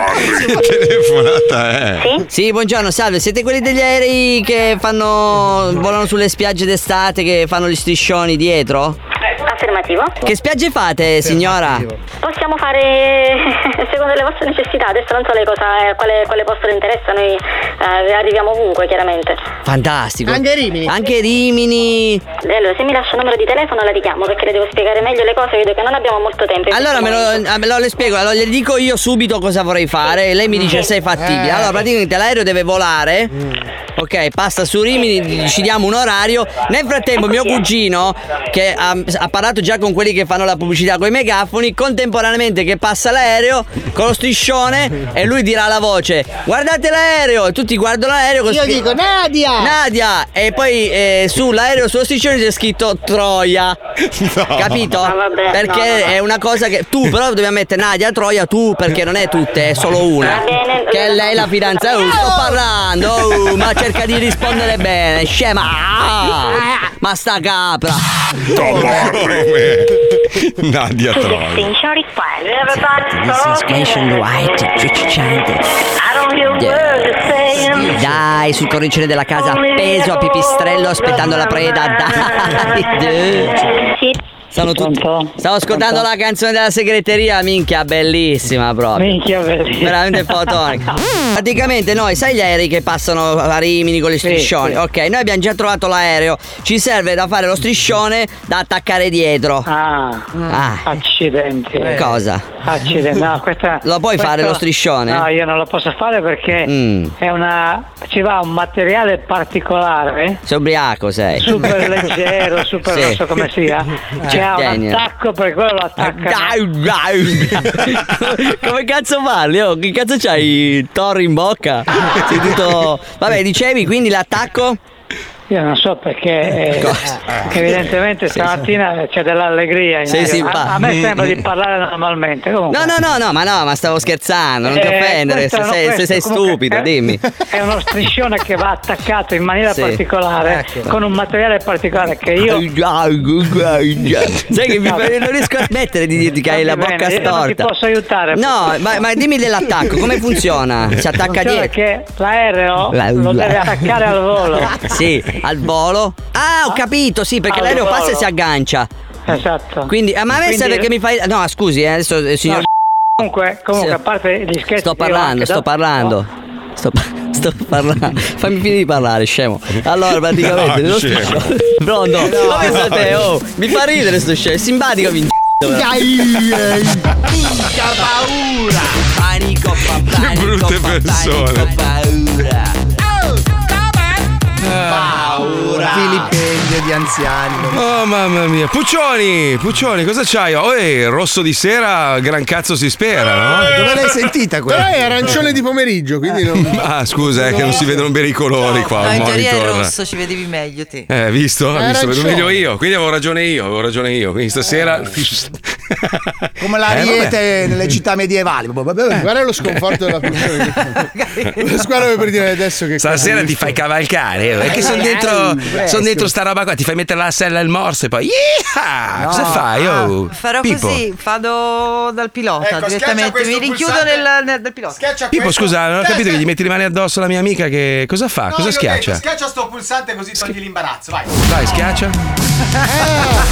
Telefonata è.
Sì, buongiorno, salve. Siete quelli degli aerei
Eh.
che fanno. volano sulle spiagge d'estate, che fanno gli striscioni dietro?
alternativo?
Che spiagge fate, signora?
Possiamo fare secondo le vostre necessità, adesso non so lei cosa, eh, quale, quale posto le interessa, noi eh, arriviamo ovunque chiaramente.
Fantastico.
Anche Rimini?
Anche Rimini.
Allora, se mi lascia il numero di telefono la richiamo perché le devo spiegare meglio le cose, vedo che non abbiamo molto tempo. in
Allora
questo
me
momento.
lo, ah, me lo- le spiego, allora, le dico io subito cosa vorrei fare e lei mi dice se è fattibile. Allora praticamente l'aereo deve volare, ok, passa su Rimini, ci diamo un orario. Nel frattempo mio cugino che ha, ha parlato già con quelli che fanno la pubblicità con i megafoni, contemporaneamente che passa l'aereo con lo striscione e lui dirà alla voce guardate l'aereo e tutti guardano l'aereo con
Io dico,
Nadia! Nadia! E poi eh, sull'aereo sullo striscione c'è scritto Troia. Capito?
Ah, vabbè,
perché
no, no, no.
è una cosa che tu però dobbiamo mettere Nadia, Troia, tu perché non è tutte, è solo una.
Va bene.
Che è lei la fidanzata, oh, sto parlando, oh, ma cerca di rispondere bene, scema.
Ah!
Ma sta capra.
Come?
Ah,
Nadia Troia.
Signori qua,
Dai, sul corricino della casa appeso a pipistrello aspettando la preda. Dai. Sono tutti. Stavo ascoltando la canzone della segreteria, minchia, bellissima proprio.
Minchia, bellissima.
Veramente fotonica. Praticamente noi, sai gli aerei che passano a Rimini con gli striscioni?
sì.
Ok, noi abbiamo già trovato l'aereo. Ci serve da fare lo striscione da attaccare dietro. Ah. Eh.
Accidenti.
Cosa?
Accidenti, no, questa.
Lo puoi
questa-
fare lo striscione? Mm.
No, io non lo posso fare perché è una. ci va un materiale particolare.
Sei ubriaco, sei.
Super leggero, super
Sì.
non so come sia.
Eh,
C'è un
genio.
attacco per quello lo attacca.
Dai, dai. Come cazzo parli? Oh, che cazzo c'hai? i Torri in bocca? Sei tutto. Vabbè, dicevi quindi l'attacco?
Io non so perché eh,
Ecco.
Cosa?
evidentemente
Sì,
stamattina c'è dell'allegria in
Sì,
giro.
sì,
a,
pa-
a me
Mm,
sembra di
mm.
parlare normalmente. Comunque.
No, no, no, no, ma no, ma stavo scherzando, non ti
Eh,
offendere,
questo
se
no,
sei, se
questo
sei
comunque eh.
stupido,
è-
dimmi.
È uno striscione che va attaccato in maniera
Sì.
particolare
Ecco.
con un materiale particolare che io
Sai che mi,
No.
non riesco a smettere di dirti che hai la
Va bene,
bocca
io non ti
storta.
posso aiutare.
No, ma, ma dimmi dell'attacco, come funziona? Ah, Si attacca
Funziona
dietro.
che l'aereo
La-
lo
la-
deve attaccare al volo.
Sì, al volo. Ah, ho capito, sì, perché
Al
l'aereo passa e
volo.
si aggancia.
Esatto.
Quindi, ah, ma a me
Quindi-
serve che mi fai. No, scusi, eh, adesso eh, signor.
Comunque, comunque
Sì.
a parte gli scherzi
sto
io
parlando,
anche
sto
da-
parlando. Sto, par- sto parlando. Fammi finire di parlare, scemo. Allora, praticamente.
No,
lo
scemo.
sto- Pronto?
Ah, No,
Ma pensa
no.
te, oh, mi fa ridere sto scemo. È simpatico, mi
eh,
Minchia paura! Panico, Che brutte persone! Paura! Oh,
Paura.
Vilipendio di anziani.
Oh mamma mia, Puccioni, Puccioni, cosa c'hai? Oh, eh, rosso di sera, gran cazzo si spera, no?
Dove
Eh. l'hai sentita
quella? Eh? Però è arancione di pomeriggio, quindi non.
Ah, scusa, è che non si vedono bene i colori qua.
No,
al
in teoria è
monitor.
rosso, ci vedevi meglio te.
Eh, visto?
Hai
Hai visto? Vedo
ragione. Eh.
meglio io, quindi avevo ragione io, avevo ragione io. Quindi stasera.
Come la
Eh,
riete nelle città medievali.
Boh,
Guarda
lo sconforto della La squadra per dire adesso che.
Stasera ti fai cavalcare, eh, che sono dentro,
Presto.
son dentro sta roba qua, ti fai mettere la sella al morso e poi. Yeeha! Cosa fai? Oh,
Ah,
Farò
Pippo.
così, vado dal pilota
Ecco, schiaccia
direttamente.
questo
Mi rinchiudo
pulsante.
nel, nel- nel pilota. Schiaccia
Pippo, scusa, non ho capito che gli metti le mani addosso alla mia amica. Che cosa fa?
No,
cosa
io
schiaccia?
ho detto, schiaccia sto pulsante così togli l'imbarazzo, vai.
Dai, schiaccia.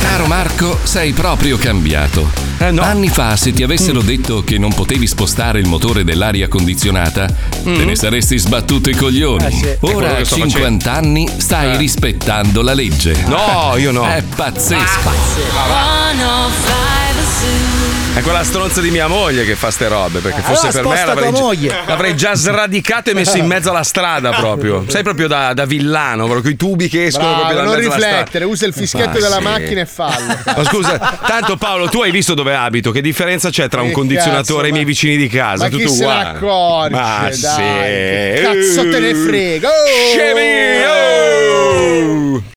Caro Marco, sei proprio cambiato.
Eh,
Anni fa, se ti
Mm.
avessero detto che non potevi spostare il motore dell'aria condizionata, te ne saresti sbattuto i coglioni.
Mm. Eh, sì. È quello
Ora,
che
a
sto
50
facendo. Eh.
anni, stai rispettando la legge.
No, Oh, io no. Ah.
È pazzesco.
È quella stronza di mia moglie che fa ste robe,
Ah,
perché
Allora
fosse per me
sposta
l'avrei
tua
gi-
moglie.
l'avrei già sradicato e messo in mezzo alla strada proprio. Sei proprio da, da villano, proprio i tubi che escono
Bravo,
proprio da
non
mezzo alla
riflettere,
strada.
usa il fischietto
Eh, Ma
della
sì.
macchina e Eh, fallo.
Ma scusa, tanto Paolo, tu hai visto dove abito? Che differenza c'è tra un
Che
condizionatore
cazzo,
e i miei vicini di casa?
ma
Tutto
chi se ne
uguale.
accorge,
Ma
dai,
sì.
che cazzo te ne frega? Oh!
Eh.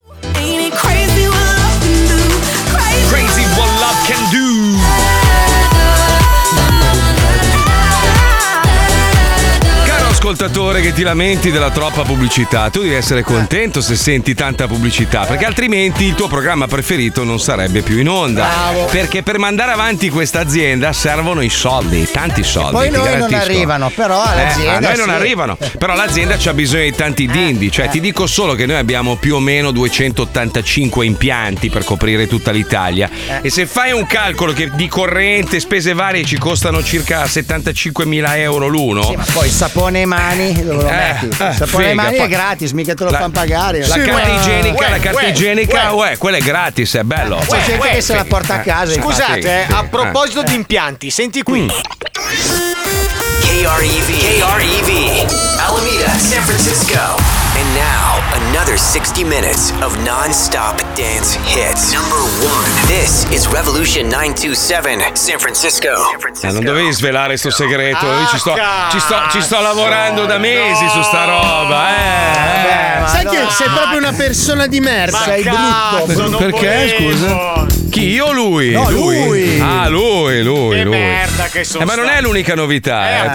Scemi! oh! Crazy what love can do. Caro ascoltatore che ti lamenti della troppa pubblicità, tu devi essere contento se senti tanta pubblicità, perché altrimenti il tuo programma preferito non sarebbe più in onda.
Bravo.
Perché per mandare avanti questa azienda servono i soldi, tanti soldi.
Poi
ti
noi non
garantisco.
arrivano, però
Eh,
all'azienda.
a noi
sì. Eh,
non arrivano, però l'azienda ha bisogno di tanti dindi. Cioè, ti dico solo che noi abbiamo più o meno 285 impianti per coprire tutta l'Italia.
Eh.
E se fai un calcolo che di corrente, spese varie ci costano circa 75.000 euro l'uno.
Sì, ma poi sapone e mani dove lo
Eh,
metti?
eh,
sapone e
figa,
mani
fa-
è gratis, mica te lo
la-
fanno pagare.
La carta igienica, la carta igienica,
uè.
uè, quella è gratis, è bello.
C'è gente che se la porta a casa,
Scusate, eh, a proposito
di
di impianti, senti
Mm.
qui.
KREV. KREV. E Alameda, San Francisco. And now, another 60 minutes of non-stop dance hits. Number one. This is Revolution 927, San Francisco.
Eh, non dovevi svelare sto segreto, io ci sto, ci sto- ci sto
cazzo,
lavorando da mesi su sta roba. eh, eh.
Sai che sei proprio una persona di merda.
Ma
sei
cazzo,
brutto.
non
Eh,
Perché, volevo. scusa? Chi io o lui?
No, lui.
Ah, lui, lui,
Che
lui.
merda che sono
Eh, ma non è
stato.
l'unica novità, eh,
Eh,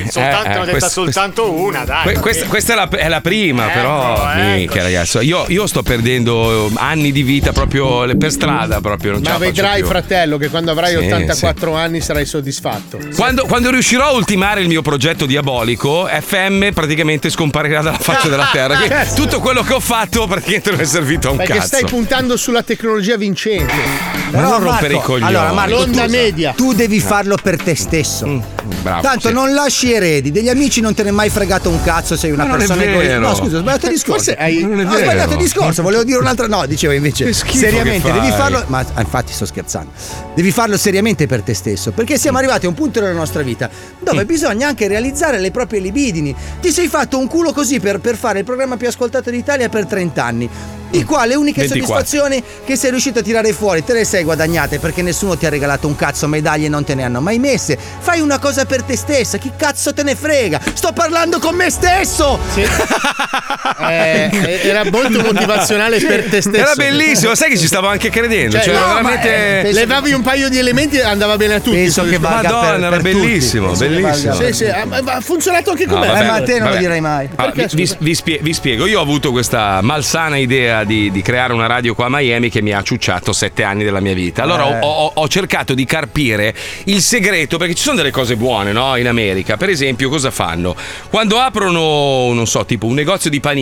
poi
soltanto,
eh, eh,
ne ho detta
questa-
soltanto una, dai.
Que- questa, questa è la, è la
Eh,
prima,
ecco,
però. Minchia, ragazzi. Io, io sto perdendo eh, anni di vita proprio le- per strada. Proprio, non ce
Ma
la faccio
vedrai,
più.
fratello, che quando avrai
Sì,
84 anni sarai soddisfatto.
Quando, quando riuscirò a ultimare il mio progetto diabolico, FM praticamente scomparirà dalla faccia della terra. Quindi
Cazzo.
tutto quello che ho fatto praticamente non è servito a un
Perché
cazzo.
stai puntando sulla tecnologia vincente.
Ma non rompere i coglioni. Ah.
Allora, Marco,
L'onda
tu,
media.
tu devi
No.
farlo per te stesso.
bravo,
Tanto
sì.
non lasci eredi, degli amici non te ne è mai fregato un cazzo, sei una
Ma non è
persona egoista.
vero.
No, scusa, ho sbagliato il discorso.
Forse hai-
No,
Non
ho
è
sbagliato il
vero.
discorso, volevo dire un'altra. No, dicevo invece.
schifo
Seriamente,
che
devi
fai.
farlo. Ma ah, infatti sto scherzando. Devi farlo seriamente per te stesso. Perché siamo arrivati a un punto della nostra vita dove bisogna anche realizzare le proprie libidini. Ti sei fatto un culo così per, per fare il programma più ascoltato d'Italia per 30 anni.
Mm.
Di qua le uniche
24.
soddisfazioni soddisfazioni che sei riuscito a tirare fuori, te le sei guadagnate perché nessuno ti ha regalato un cazzo, medaglie non te ne hanno mai messe. Fai una cosa per te stessa, chi cazzo te ne frega? Sto parlando con me stesso!
Eh, era molto motivazionale per te stesso.
Era bellissimo, sai che ci stavo anche credendo. Cioè,
Cioè, no, ma,
veramente.
eh, penso- levavi un paio di elementi e andava bene a tutti.
Penso che valga Madonna, per- era per tutti. bellissimo, Penso che bellissimo. valga.
Sì, sì, ah, ma- ma ha funzionato anche
No,
con me.
vabbè, vabbè. Allora,
Perché,
vi,
scusa?
vi spie- vi spiego, io ho avuto questa malsana idea di, di creare una radio qua a Miami che mi ha ciucciato sette anni della mia vita. Allora ho,
Eh.
ho- ho cercato di carpire il segreto, perché ci sono delle cose buone no, in America. Per esempio, cosa fanno? Quando aprono, non so, tipo un negozio di panini,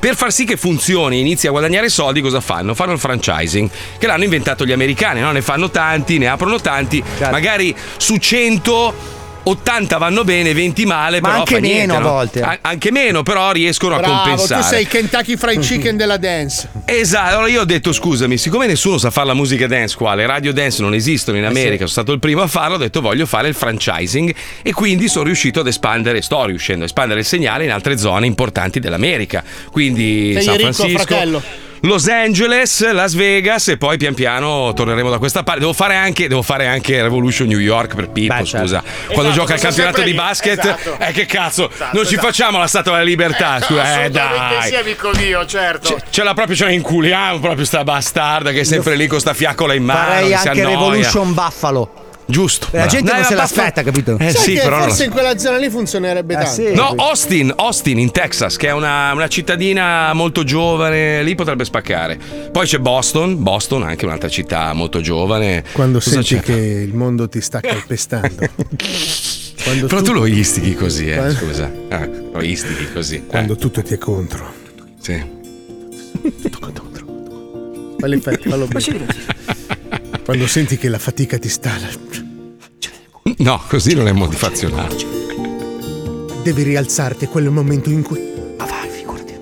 per far sì che funzioni e inizi a guadagnare soldi, cosa fanno? Fanno il franchising, che l'hanno inventato gli americani, no? ne fanno tanti, ne aprono tanti,
Certo.
magari su 100... 80 vanno bene, 20 male,
Ma
però
anche
fa niente,
meno a
no?
volte.
A- anche meno, però riescono a
Bravo, tu
compensare.
sei il Kentucky Fried Chicken della dance.
Esatto, allora io ho detto scusami, siccome nessuno sa fare la musica dance qua, le radio dance non esistono in
Eh
America, sono stato il primo a farlo, ho detto voglio fare il franchising e quindi sono riuscito ad espandere, sto riuscendo a espandere il segnale in altre zone importanti dell'America, quindi
Sei
San
ricco,
Francisco,
fratello.
Los Angeles, Las Vegas e poi pian piano torneremo da questa parte. Devo fare anche, devo fare anche Revolution New York per Pippo, scusa.
Esatto,
Quando gioca
sono
al campionato
sempre
di
lì,
basket,
esatto.
eh che cazzo,
Esatto,
non ci
esatto.
facciamo la statua della libertà, scusa, eh
Assolutamente
dai.
sì, amico mio, certo.
Ce la proprio ce la inculiamo eh, proprio sta bastarda che è sempre lì con sta fiaccola in mano.
Farei
che si
anche
annoia.
Revolution Buffalo.
Giusto.
La gente
Dai,
non se
la
l'aspetta,
basta-
capito?
Eh
Sai
sì,
che
però
forse
non-
in quella zona lì funzionerebbe tanto.
No, Austin, Austin in Texas, che è una, una cittadina molto giovane, lì potrebbe spaccare. Poi c'è Boston, Boston anche un'altra città molto giovane.
Quando
Cosa
senti
c'è?
che il mondo ti sta calpestando. quando
Però tu
tu-
lo istighi così, eh,
Quando-
scusa. Ah, lo istighi così. eh.
Quando tutto ti è contro.
Sì.
Fallo in fretta, fallo
Ma ci
bene. Quando senti che la fatica ti sta,
No, così non è motivazionale.
devi rialzarti, è quello il momento in cui. Ma vai, figurati.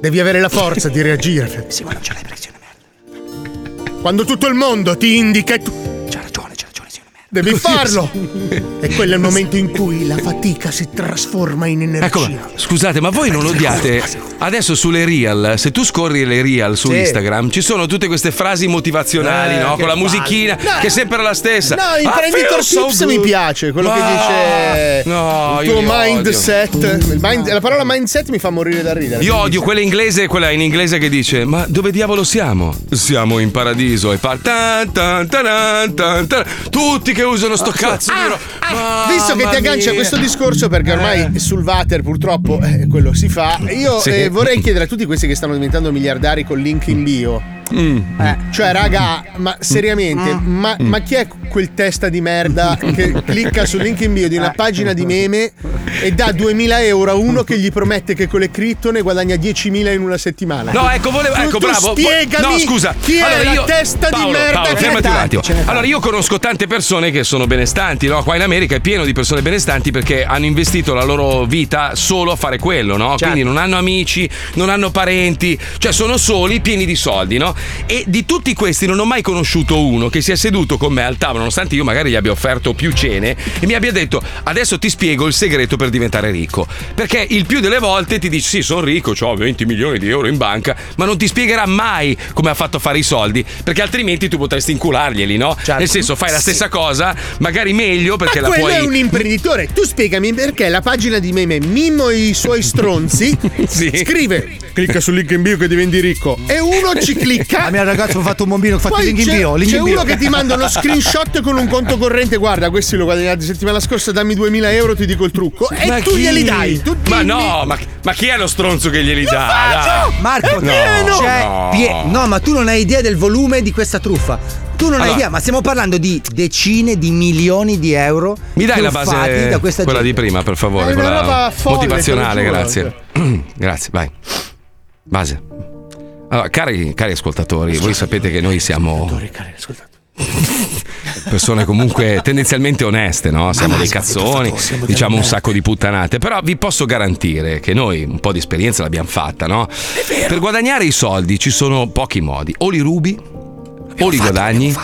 Devi avere la forza di reagire. Sì, ma non c'è l'hai preso merda. Quando tutto il mondo ti indica e tu. C'ha ragione, c'ha ragione, sì, merda. Devi farlo! e quello è il momento in cui la fatica si trasforma in energia.
Ecco, scusate, ma voi non odiate adesso sulle real, se tu scorri le real su
Sì.
Instagram, ci sono tutte queste frasi motivazionali,
Eh,
no?
che
Con la
palle.
musichina
No.
che è sempre la stessa.
No,
I
Imprenditor Tips mi piace, quello che dice
No,
il
io
tuo
li odio.
mindset. Il mind- la parola mindset mi fa morire da ridere.
Io odio quella inglese e quella in inglese che dice: Ma dove diavolo siamo? Siamo in paradiso e fa. tan, tan, taran, tan, tan. Tutti che usano sto cazzo di ro- Mamma
Visto che ti aggancia
mia. Eh.
a questo discorso, perché ormai sul Vater purtroppo eh, quello si fa, io
Sì.
eh, vorrei chiedere a tutti questi che stanno diventando miliardari col link in bio.
Mm.
Eh, cioè, raga, ma seriamente, ma, ma chi è quel testa di merda che clicca sul link in bio di
Eh.
una pagina di meme e dà 2000 euro a uno che gli promette che con le cripto ne guadagna 10.000 in una settimana?
No, ecco, volevo.
Tu-
Ecco,
tu
bravo. vo-
Spiegami
no, scusa.
chi
Allora,
è la
io-
testa
Paolo,
di merda
Paolo,
che
fermati un attimo.
Ce n'è tanti.
Allora, io conosco tante persone che sono benestanti, no? Qua in America è pieno di persone benestanti perché hanno investito la loro vita solo a fare quello, no? Quindi non hanno amici, non hanno parenti, cioè sono soli, pieni di soldi, no? E di tutti questi non ho mai conosciuto uno che si è seduto con me al tavolo, nonostante io magari gli abbia offerto più cene e mi abbia detto adesso ti spiego il segreto per diventare ricco. Perché il più delle volte ti dici sì, sono ricco, ho 20 milioni di euro in banca, ma non ti spiegherà mai come ha fatto a fare i soldi, perché altrimenti tu potresti incularglieli, no? Nel senso fai la stessa cosa, magari meglio perché
Certo. Ma
la
quello
puoi
è un imprenditore. Tu spiegami perché la pagina di meme Mimmo e i suoi stronzi scrive clicca sul link in bio che diventi ricco e uno ci clicca.
Ah, mia ragazza, ho fatto un bombino, ho fatto
Poi
il link in
c'è-
bio. link
c'è
in bio.
uno che ti manda uno screenshot con un conto corrente. Guarda, questi l'ho guadagnato settimana scorsa. Dammi 2000 euro, ti dico il trucco. E
Ma
tu
chi?
glieli dai. Tu
Ma
dimmi-
no, ma, ma chi è lo stronzo che glieli dà? Dai.
Marco,
No,
c'è
Cioè,
no.
Pie- no, ma tu non hai idea del volume di questa truffa. Tu non hai
Allora.
idea, ma stiamo parlando di decine di milioni di euro
Mi dai la
truffati
base
da questa
quella
gente.
di prima, per favore,
È una
quella
roba folle,
motivazionale,
te lo
grazie.
giuro.
grazie, vai. Base. Allora, cari, cari ascoltatori, voi sapete che noi siamo persone comunque tendenzialmente oneste, no? Siamo dei cazzoni, diciamo un sacco di puttanate, però vi posso garantire che noi un po' di esperienza l'abbiamo fatta, no? Per guadagnare i soldi ci sono pochi modi, o li rubi o li guadagni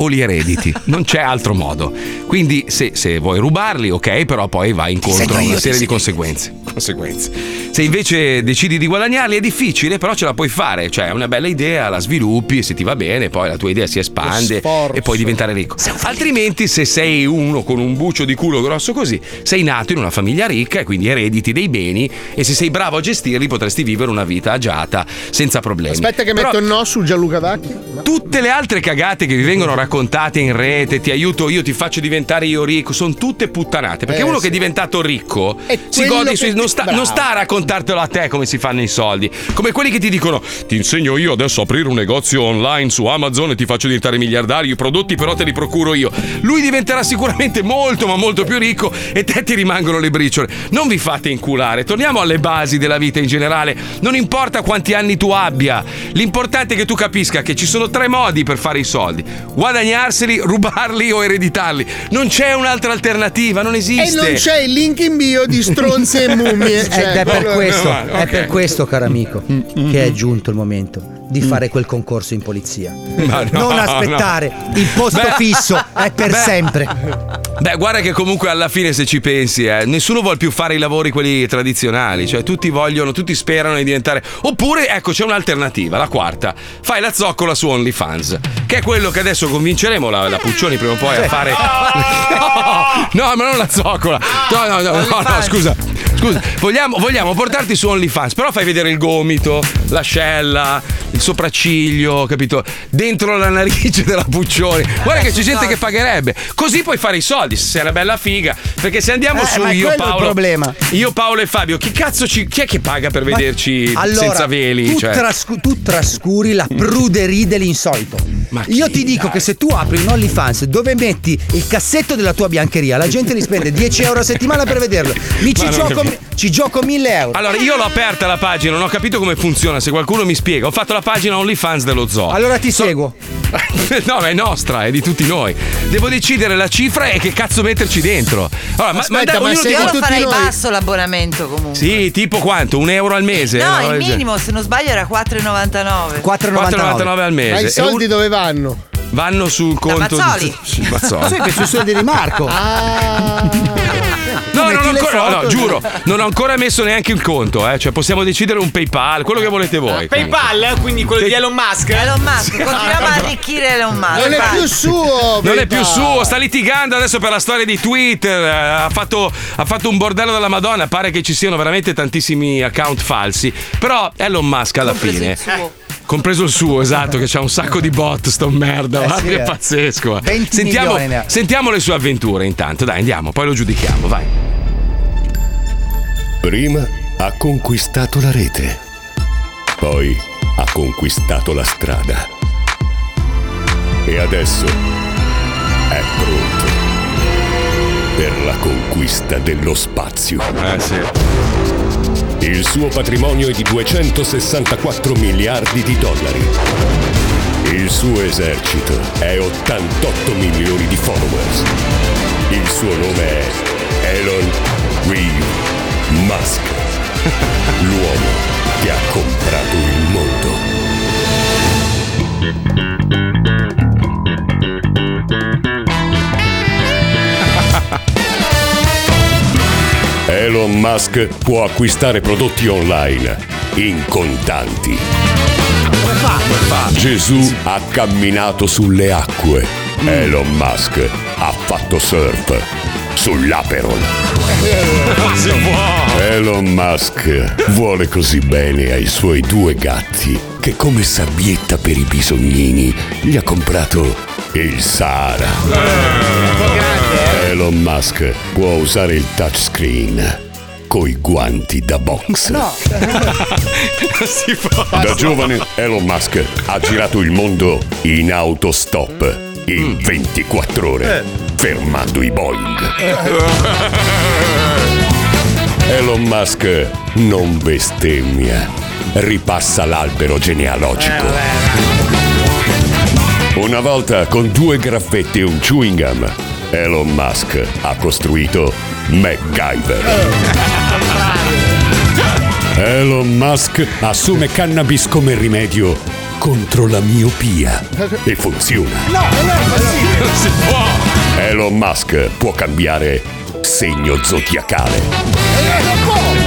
o li erediti, non c'è altro modo. Quindi se, se vuoi rubarli, ok, però poi vai incontro a
seguo io,
una
ti
serie di conseguenze. conseguenze. Se invece decidi di guadagnarli è difficile, però ce la puoi fare, cioè è una bella idea, la sviluppi, se ti va bene, poi la tua idea si espande e puoi diventare ricco. Altrimenti se sei uno con un bucio di culo grosso così, sei nato in una famiglia ricca e quindi erediti dei beni e se sei bravo a gestirli potresti vivere una vita agiata senza problemi.
Aspetta, che metto il no su Gianluca Vacchi.
Tutte le altre cagate che vi vengono raccontate in rete, ti aiuto io, ti faccio diventare io ricco, sono tutte puttanate. Perché
Eh,
uno
sì.
che è diventato ricco
È
si
quello
gode i
che
suoi-
ti-
non, sta,
bravo.
non sta a raccontartelo a te come si fanno i soldi. Come quelli che ti dicono: Ti insegno io adesso a aprire un negozio online su Amazon e ti faccio diventare miliardario. I prodotti però te li procuro io. Lui diventerà sicuramente molto, ma molto più ricco e te ti rimangono le briciole. Non vi fate inculare, torniamo alle basi della vita in generale. Non importa quanti anni tu abbia, l'importante è che tu capisca che ci sono tre modi per fare i soldi: guadagnarseli, rubarli o ereditarli. Non c'è un'altra alternativa, non
E
esiste.
non c'è il link in bio di stronze e
Eh, certo.
mummie.
Eh,
Cioè,
Ed è per
quello-
questo,
meno male,
è
ok. Mm,
per questo, caro amico, che è giunto il momento di fare quel concorso in polizia.
Ma no,
non aspettare,
no.
il posto
Beh.
fisso è per
Beh.
sempre.
Beh, guarda che comunque alla fine, se ci pensi, eh, nessuno vuole più fare i lavori quelli tradizionali. Cioè, tutti vogliono, tutti sperano di diventare. Oppure, ecco, c'è un'alternativa, la quarta. Fai la zoccola su OnlyFans, che è quello che adesso convinceremo la, la Puccioni prima o poi a fare.
Oh,
No, no, ma non la zoccola.
Ah,
No, no, no, no, no, scusa. Scusa, vogliamo, vogliamo portarti su OnlyFans, però fai vedere il gomito, l'ascella, il sopracciglio, capito? Dentro la narice della Puccioni.
Eh,
Guarda che c'è gente che pagherebbe. Così puoi fare i soldi, se sei una bella figa. Perché se andiamo
Eh,
su
ma è
io
quello il
Paolo.
problema.
Io Paolo e Fabio, chi cazzo ci. Chi è che paga per
Ma-
vederci
Allora,
senza veli?
Tu,
Cioè?
trascu- tu trascuri la pruderie dell'insolito. Io ti dico che se tu apri un OnlyFans dove metti il cassetto della tua biancheria, la gente li spende 10 euro a settimana per vederlo. Mi ci,
Ma non
gioco,
capisco.
ci gioco 1000 euro.
Allora, io l'ho aperta la pagina, non ho capito come funziona. Se qualcuno mi spiega, ho fatto la pagina OnlyFans dello zoo.
Allora ti seguo.
no, ma è nostra, è di tutti noi. Devo decidere la cifra e che cazzo metterci dentro. Allora, ma,
Aspetta,
dai,
ma
ognuno
se
di
io
voi-
lo
Io farei basso l'abbonamento comunque.
Sì, tipo quanto? Un euro al mese? Una
No,
roba
il
del genere.
minimo, se non sbaglio, era 4,99.
4,99 al mese.
Ma i soldi
E
dove vanno?
un- vanno sul conto
Mazzoli.
di- Sul Mazzoli.
Sai che ci sono di Marco.
Ah,
No, non
metti
ho
le
ancora,
foto.
no, giuro, non ho ancora messo neanche il conto, eh. Cioè, possiamo decidere un PayPal, quello che volete
Eh,
voi. comunque.
PayPal, quindi quello di Elon Musk.
Elon Musk, continuiamo a arricchire Elon Musk.
Non è
vai.
più suo.
Non è
Beppa.
più suo, sta litigando adesso per la storia di Twitter. eh, Ha fatto, ha fatto un bordello della Madonna. Pare che ci siano veramente tantissimi account falsi. Però Elon Musk alla fine. Compreso il suo, esatto, che c'ha un sacco di bot, sto
Eh,
merda, guarda, che pazzesco. eh.
20
Sentiamo,
milioni ne ha.
sentiamo le sue avventure intanto, dai, andiamo, poi lo giudichiamo, vai.
Prima ha conquistato la rete, poi ha conquistato la strada. E adesso è pronto per la conquista dello spazio. Il suo patrimonio è di 264 miliardi di dollari. Il suo esercito è 88 milioni di followers. Il suo nome è Elon Will Musk. L'uomo che ha comprato il mondo. Elon Musk può acquistare prodotti online in contanti. Gesù ha camminato sulle acque. Elon Musk ha fatto surf sull'Aperol. Elon Musk vuole così bene ai suoi due gatti che come sabbietta per i bisognini gli ha comprato il Sahara. Elon Musk può usare il touchscreen coi guanti da box.
si può.
Da giovane Elon Musk ha girato il mondo in autostop in 24 ore, fermando i Boeing. Elon Musk non bestemmia, ripassa l'albero genealogico. Una volta con due graffetti e un chewing gum, Elon Musk ha costruito MacGyver. Elon Musk assume cannabis come rimedio contro la miopia e funziona.
Non si può.
Elon Musk può cambiare segno zodiacale.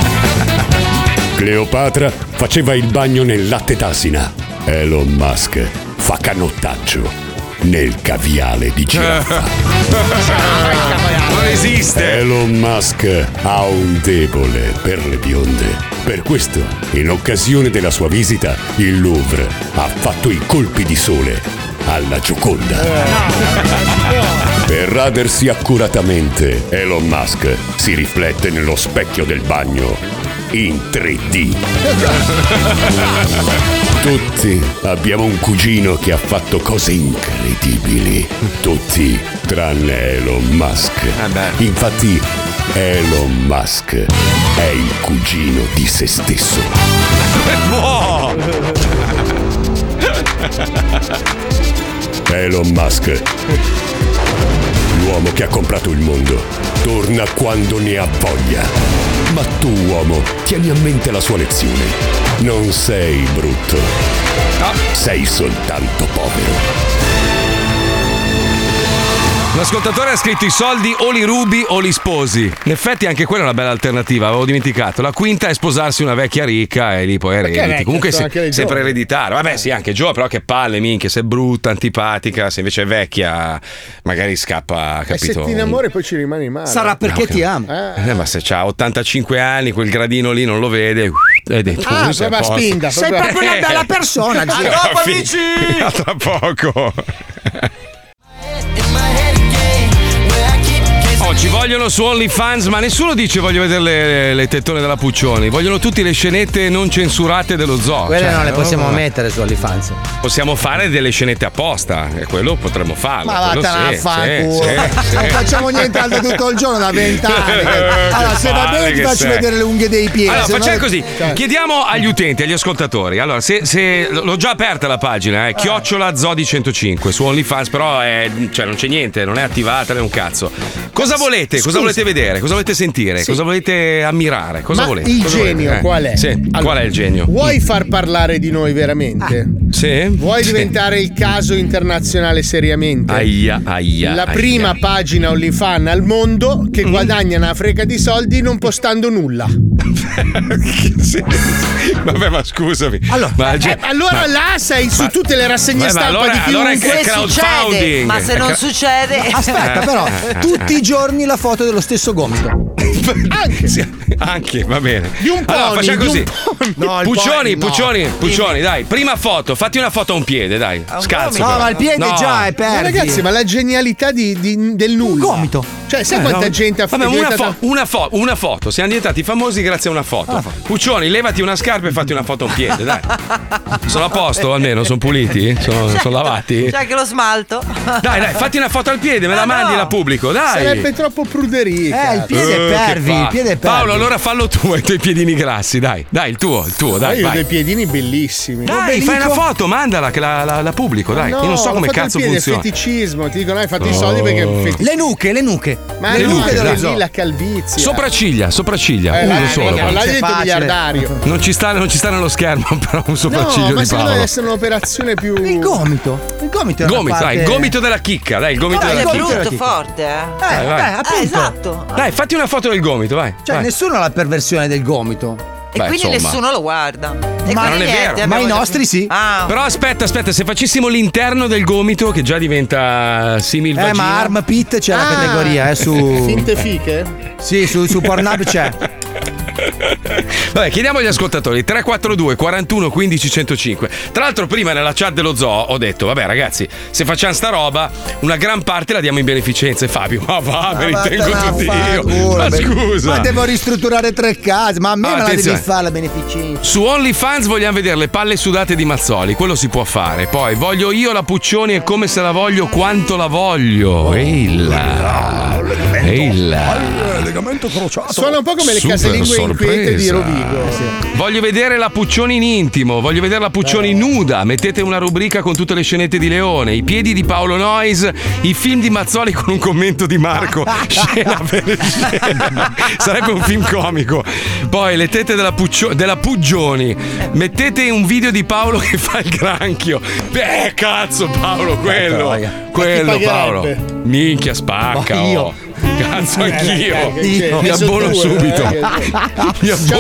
Cleopatra faceva il bagno nel latte d'asina. Elon Musk fa canottaggio nel caviale di giraffa.
Cioè, Certo. Non esiste.
Elon Musk ha un debole per le bionde. Per questo, in occasione della sua visita, il Louvre ha fatto i colpi di sole alla Gioconda. Per radersi accuratamente, Elon Musk si riflette nello specchio del bagno in 3D. Tutti abbiamo un cugino che ha fatto cose incredibili. Tutti tranne Elon Musk. Infatti, Elon Musk è il cugino di se stesso.
Eh,
Elon Musk, l'uomo che ha comprato il mondo, torna quando ne ha voglia. Ma tu, uomo, tieni a mente la sua lezione. Non sei brutto. Sei soltanto povero.
L'ascoltatore ha scritto i soldi o li rubi o li sposi. In effetti anche quella è una bella alternativa, avevo dimenticato. La quinta è sposarsi una vecchia ricca e lì poi
Perché
erediti.
vecchia?
Comunque
Sono
se-
anche le
sempre
giovani.
ereditare. Vabbè, sì, anche giovane, però che palle, minchia, se è brutta, antipatica, se invece è vecchia, magari scappa,
E se
Eh, capito?
ti innamori poi ci rimani male.
Sarà perché ti
amo.
Eh, ma se ha 85 anni, quel gradino lì non lo vede. Hai detto,
Ah,
"Uh, sei
proprio
a
a
posto".
spinta,
Sei
proprio a-
proprio una bella persona, zio.
A dopo,
amici! A tra poco. Oh, ci vogliono su OnlyFans, ma nessuno dice voglio vedere le, le tettone della Puccioni. Vogliono tutti le scenette non censurate dello zoo.
Quelle
Cioè,
non le possiamo
no, no.
mettere su OnlyFans.
Possiamo fare delle scenette apposta, e quello potremmo farlo.
Ma
quello
vattene
sì,
a fare
sì,
culo.
sì, sì.
Non facciamo nient'altro tutto il giorno da vent'anni. Allora, se va bene, ti
Che
faccio
sei.
vedere le unghie dei piedi.
Allora,
se no-
facciamo così:
cioè-
chiediamo agli utenti, agli ascoltatori. Allora, se, se- l'ho già aperta la pagina, eh, chiocciola Zodi 105 su OnlyFans, però è- cioè, non c'è niente, non è attivata, non è un cazzo. Cosa volete?
Scusa.
Cosa volete vedere? Cosa volete sentire? Cosa volete ammirare? Cosa
Ma
volete?
il
Cosa
genio
volete? Eh,
qual è?
Sì,
Allora,
qual è il genio?
Vuoi far parlare di noi veramente?
Ah. Sì?
Vuoi
Sì.
diventare il caso internazionale seriamente?
Aia, aia.
La
aia.
prima pagina OnlyFan al mondo che
Mm.
guadagna una freca di soldi non postando nulla.
Sì. Vabbè, ma scusami. Allora, ma, il
Eh,
genio-
allora
ma-
là sei su
ma-
tutte le rassegne
Vabbè, ma
stampa
allora-
di
allora è
chiunque.
che- è crowdfunding.
ma se non
È cra- Eh,
succede.
Aspetta, però, tutti i giorni la foto dello stesso gomito.
Anche. Anche, va bene.
Di un
allora,
pony,
facciamo
di
così.
un pony. No, il
Puccioni,
pony no.
Puccioni,
Dimmi.
Puccioni, dai. Prima foto, fatti una foto a un piede, dai. Scalzo.
No,
però.
ma il piede
No.
già è perso. ragazzi, ma la genialità di- di- del nulla. gomito. Cioè, sai
Eh,
quanta
no.
gente ha
Vabbè, una,
diventata-
fo- una fo- una foto. Siamo diventati famosi grazie a una foto.
Ah.
Puccioni, levati una scarpa e fatti una foto a un piede, dai. Sono a posto almeno, sono puliti? Sono,
Cioè,
sono lavati?
C'è anche lo smalto.
Dai, dai, fatti una foto al piede, me la mandi, la pubblico, dai.
Ah, Sarebbe troppo pruderia.
Eh, il piede
Eh,
è
che
pervi, il
palle.
piede è pervi.
Paolo, allora fallo tu ai tuoi piedini grassi, dai. Dai, il tuo, il tuo,
Dai,
dai,
io ho
vai.
dei piedini bellissimi.
Dai, fai una foto, mandala che la, la- la pubblico, dai. Io non so
la
come
foto al
cazzo
piede
funziona.
È feticismo, ti dicono, hai fatto i
Oh.
soldi perché è un feticismo.
Le nuche, le nuche.
Ma
Le
no,
nuche,
è
dai.
lì la calvizia.
Sopracciglia, sopracciglia,
Eh,
uno
dai,
solo.
raga,
però.
l'ha detto Facile. miliardario.
Non ci, sta, non ci sta nello schermo, però un sopracciglio
No, ma
di
secondo
Paolo.
me deve essere un'operazione più. Il
gomito. Il gomito
Gomito, dai, il gomito della chicca, dai, il gomito
Però
della
è
chicca.
brutto, forte, eh.
Vai, vai.
eh, esatto.
Dai, fatti una foto del gomito, vai.
Cioè,
vai.
nessuno ha la perversione del gomito.
E quindi nessuno lo guarda. E
Ma
quindi
non è
niente,
vero.
abbiamo
Ma i
già-
nostri
sì.
Ah,
Però aspetta, aspetta, se facessimo l'interno del gomito che già diventa simil
eh,
vagina.
ma Arm Pit c'è la
Ah.
categoria, eh, su.
Finte fiche?
Sì, su, su Pornhub c'è.
Vabbè, chiediamo agli ascoltatori 342 41 15 105. Tra l'altro, prima nella chat dello zoo ho detto: Vabbè, ragazzi, se facciamo sta roba, una gran parte la diamo in beneficenza. E Fabio, Ah, ma va, me li tengo tutti io. Ma scusa.
Ma devo ristrutturare tre case, ma a me
Ah,
me la devi
attenzione.
fare la beneficenza.
Su OnlyFans vogliamo vedere le palle sudate di Mazzoli, quello si può fare. Poi voglio io la Puccioni e come se la voglio, quanto la voglio. Ehi là. Ehi là.
legamento crociato. Suona un po' come le
Super
casalingue inquiete di
sorpresa.
Rovigo.
Voglio vedere la Puccioni in intimo, voglio vedere la Puccioni nuda. Mettete una rubrica con tutte le scenette di Leone, i piedi di Paolo Noyes, i film di Mazzoli con un commento di Marco. Scena per scena. Sarebbe un film comico. Poi le tette della, Puccio- della Puggioni. Mettete un video di Paolo che fa il granchio. Beh, cazzo Paolo, quello.
troia.
Quello
Eh, Ma chi
Paolo.
pagherebbe?
Minchia spacca.
Ma io.
oh. Cazzo anch'io.
Eh, cioè,
Mi
ne so
abbono
due,
subito.
eh.
Mi
Cioè, un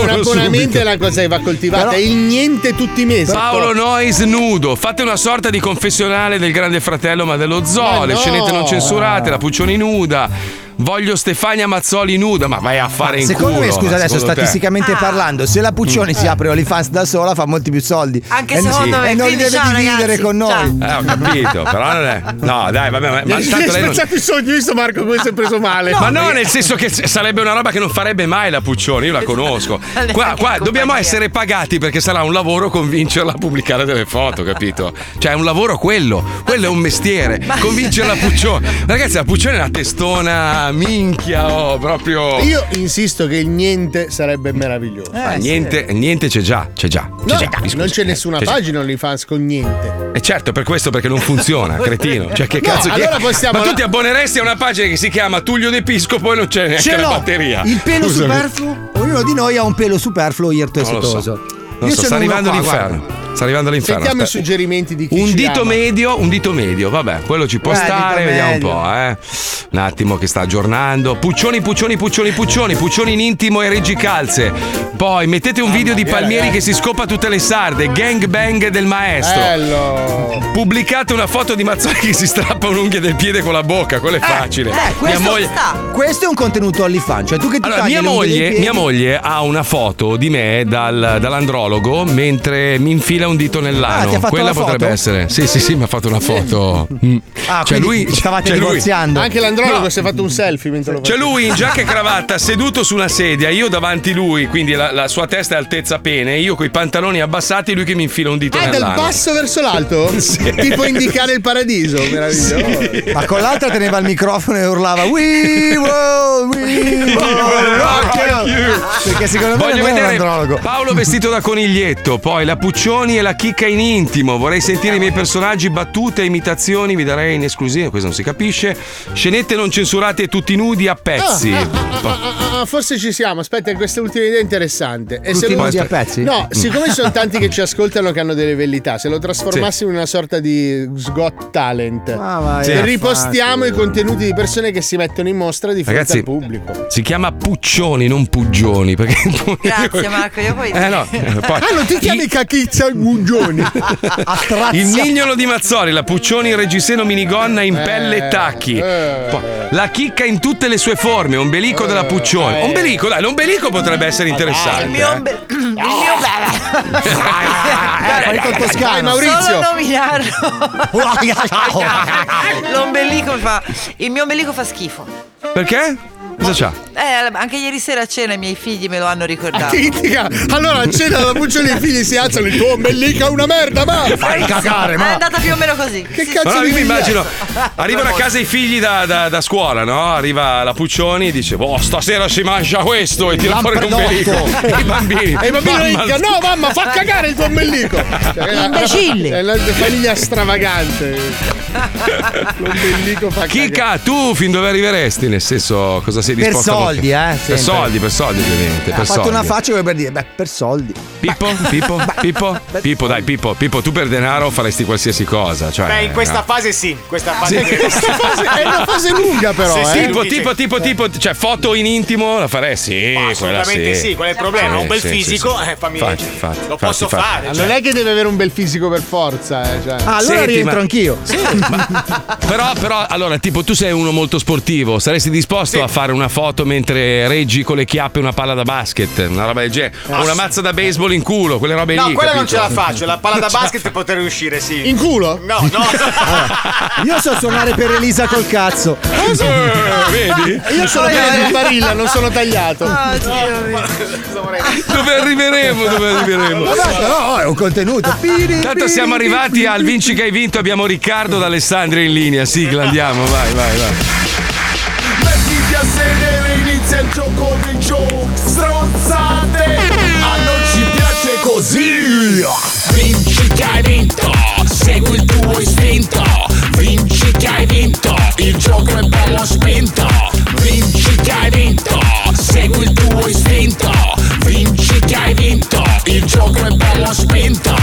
abbono
abbonamento
subito.
è la cosa che va coltivata.
Però-
Il niente tutti i
Esatto.
mesi.
Paolo Nois nudo, fate una sorta di confessionale del grande fratello ma dello zoo,
Ma
le
no.
scenette non censurate, la Puccioni nuda, voglio Stefania Mazzoli nuda, ma vai a fare in
Secondo
culo.
me, scusa,
ma
adesso
secondo te?
Ah.
statisticamente parlando, se la Puccioni si apre OnlyFans da sola fa molti più soldi.
Eh. Anche
e
secondo me,
E non li
quindi
deve
ciao,
dividere
ragazzi,
con noi.
Eh, ho capito, però non è... No, dai, vabbè, ma, eh, ma
Gli hai
tanto lei non...
spezzato i sogni, visto Marco come si è preso male.
ma no, nel senso che s- sarebbe una roba che non farebbe mai la Puccioni, io la conosco.
Neanche
Qua,
in
qua dobbiamo
compagnia.
essere pagati perché sarà un lavoro convincerla a pubblicare delle foto, capito? Cioè è un lavoro quello, quello è un mestiere, convincere la Puccioni. Ragazzi, la Puccioni è una testona minchia, oh, proprio...
Io insisto che il niente sarebbe meraviglioso. Eh,
Ma Ah, niente, niente c'è già, c'è già. C'è
No,
già. mi
non
scusi.
c'è nessuna
C'è già.
pagina OnlyFans con niente.
E certo, per questo perché non funziona, cretino. Cioè, che
No,
cazzo
allora
che...
possiamo-
Ma tu ti abboneresti a una pagina che si chiama Tullio d'Episcopo e non c'è neanche
Ce
la
l'ho.
batteria.
Il pelo
Scusami.
superfluo. Ognuno di noi ha un pelo superfluo, irto e
Non lo so.
setoso.
Non
Io
so,
ce
sta
n'ho uno
arrivando
qua,
l'inferno.
guarda.
Sta arrivando l'inferno.
Sentiamo i
aspetta.
suggerimenti di chi
Un
ci
dito
ama.
medio, un dito medio, vabbè, quello ci può
Eh,
stare,
dito
vediamo un
medio.
po', eh. Un attimo che sta aggiornando. Puccioni, puccioni, puccioni, puccioni, puccioni in intimo e reggi calze. Poi mettete un video di
mia,
Palmieri
ragazzi.
che si scopa tutte le sarde, gang bang del maestro.
Bello.
Pubblicate una foto di Mazzoni che si strappa un'unghia del piede con la bocca, quello è facile. Mia
Eh, questo,
moglie,
questo è un contenuto all'ifan, cioè tu che ti
allora,
tagli
mia
le unghie dei
moglie,
piedi-
mia moglie ha una foto di me dal- dall'andrologo mentre mi infila un dito
Ah, ti
nell'ano.
ha fatto
Quella
la foto?
potrebbe essere. Sì, sì, sì, mi ha fatto una foto. Mm.
Ah,
Cioè,
quindi
lui-
stavate
cioè, lui-
Anche l'andrologo
No,
si è fatto un selfie mentre lo
C'è
faceva. Ah,
lui in giacca e cravatta seduto su una sedia, io davanti lui, quindi la, la sua testa è altezza pene, io coi pantaloni abbassati, lui che mi infila un dito
Ah, dal
nell'ano.
basso verso l'alto?
Sì.
Tipo indicare il paradiso, meraviglioso.
Ma con l'altra teneva il microfono e urlava We will, we will rock you". Perché secondo me
Voglio
non era
vedere
un andrologo.
Paolo vestito da coniglietto, poi la Puccioni e la chicca in intimo. Vorrei sentire i miei personaggi, battute, imitazioni, vi darei in esclusiva, questo non si capisce. Scenette non censurate e tutti nudi a pezzi. Boh.
Ah, ah, forse ci siamo. Aspetta, questa ultima idea è interessante. E
Tutti
se lo-
nudi a pezzi?
No, siccome ci sono tanti che ci ascoltano che hanno delle velità, se lo trasformassimo in una sorta di sgot talent
Ah, vai
e
a
ripostiamo i contenuti di persone che si mettono in mostra di fronte
Ragazzi,
al pubblico.
si chiama Puccioni, non Puggioni. Perché
Grazie, Marco, io poi-
Eh no, eh, poi-
Ah, non ti chiami Cacchizza Gugioni?
Il mignolo di Mazzoli, la Puccioni in reggiseno minigonna in
Eh, Eh,
pelle e tacchi. Poi, La chicca in tutte le sue forme, ombelico della Puccioni. Ombelico, ombelico, dai, l'ombelico potrebbe essere
Ah,
interessante.
Il mio
eh.
ombe- il mio
Eh,
Dai,
con Toscano. Dai, Maurizio.
Solo nominarlo. L'ombelico fa. Il mio ombelico fa schifo.
eh. Perché? Cosa c'ha?
Eh, anche ieri sera a cena i miei figli me lo hanno ricordato.
Critica. Allora a cena la buccia dei figli si alzano il tuo ombelico è una merda, ma fai cagare,
È
ma
andata più o meno così. Che
Allora, io mi immagino, arrivano a casa i figli da, da- da scuola, no? Arriva la Puccioni e dice, boh, stasera si mangia questo e tira fuori l'ombelico.
Lampredotto.
I bambini.
E il bambino
Mamma
dica, no mamma, fa cagare il tuo ombelico.
Cioè, eh,
Imbecille. È una famiglia stravagante. L'ombelico fa cagare.
Chica, tu fin dove arriveresti? Nel senso, cosa sei
Per
disposto a fare?
soldi, eh, sempre.
Per soldi, per soldi, ovviamente.
Ha
per
fatto
soldi.
una faccia come per dire, beh, per soldi.
Pippo, Pippo, Pippo, Pippo, dai, Pippo, Pippo, tu per denaro faresti qualsiasi cosa. Cioè,
Beh, in questa
no?
fase sì, in questa
Sì.
fase
Questa fase- è una fase lunga però,
Sì,
eh.
tipo,
Lui dice-
tipo, tipo, tipo, cioè foto in intimo la farei? Sì, quella
assolutamente sì, qual è il problema? Un bel fisico, eh, fammi-
Infatti, infatti,
lo
infatti,
posso
infatti.
fare, cioè.
Ma Non è che deve avere un bel fisico per forza, eh, cioè.
Ah, allora Senti, rientro ma-
anch'io.
Però, però, allora, tipo, tu sei uno molto sportivo, saresti disposto a fare una foto mentre reggi con le chiappe una palla da basket, una roba del genere, o una mazza da baseball in culo, quelle robe
No,
lì.
quella non
capito?
ce la faccio, la palla da basket per poter riuscire, sì.
In culo?
No, no.
Io so suonare per Elisa col cazzo.
Eh,
Ah,
Vedi? Ah, Io sono pieno di barilla, non sono tagliato.
Ah,
Dove arriveremo? Dove arriveremo?
Ma guarda,
oh,
no, è un contenuto.
Tanto siamo arrivati al Vinci che hai vinto, abbiamo Riccardo d'Alessandria in linea. Sigla, andiamo, vai, vai, vai.
Mettiti a sedere, inizia il gioco dei show Stronzate, a noi ci piace così Vinci che hai vinto, segui il tuo istinto Vinci che hai vinto, il gioco è bello spinto Vinci che hai vinto, segui il tuo istinto Vinci che hai vinto, il gioco è bello spinto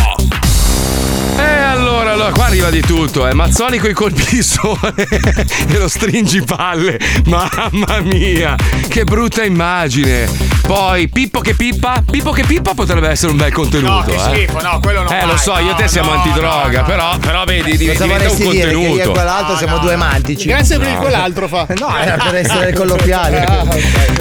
E Eh, allora, allora, qua arriva di tutto, eh. Mazzoli con i colpi di sole e lo stringipalle. Mamma mia, che brutta immagine. Poi Pippo che pippa. Pippo che pippa potrebbe essere un bel
No,
contenuto.
che
eh.
schifo, no, quello non
Eh, lo so, io e te siamo antidroga, però, però vedi, div-
Cosa
diventa un
vorresti dire? Che io e
contenuto.
quell'altro siamo due mantici.
Grazie per
No.
il quell'altro fa. Ah,
No, era per essere colloquiale.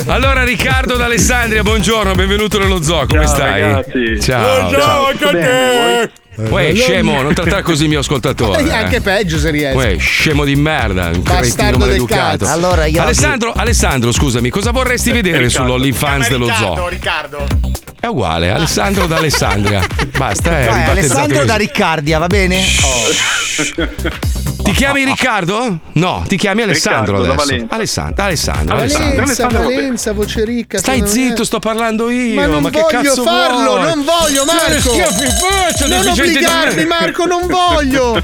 Allora, Riccardo d'Alessandria, buongiorno, benvenuto nello zoo, come stai?
ragazzi.
Ciao. ciao.
Ciao,
bene,
Uè, scemo, non trattare così il mio ascoltatore.
E anche
eh.
peggio se riesci.
Uè, scemo di merda, un
Bastardo
cretino
del
maleducato.
cazzo. Allora, io-
Alessandro, Alessandro, scusami, cosa vorresti vedere sull'OnlyFans dello zoo? Eh,
Riccardo.
È uguale, Alessandro da Alessandria. Basta, eh,
Cioè,
ribattezzato
Alessandro
così.
da Riccardia, va bene? Oh,
Ti chiami Riccardo? No, ti chiami Alessandro
Riccardo, da
adesso.
Valenza.
Alessandro, Alessandro, Alessandro.
Valenza, Valenza, voce ricca.
Stai
secondo me.
zitto, sto parlando io.
Ma non
che
voglio
cazzo
farlo,
vuoi?
non voglio, Marco.
Sono schiaffi in faccia,
non
deficiente di-
obbligarmi, Marco, non voglio.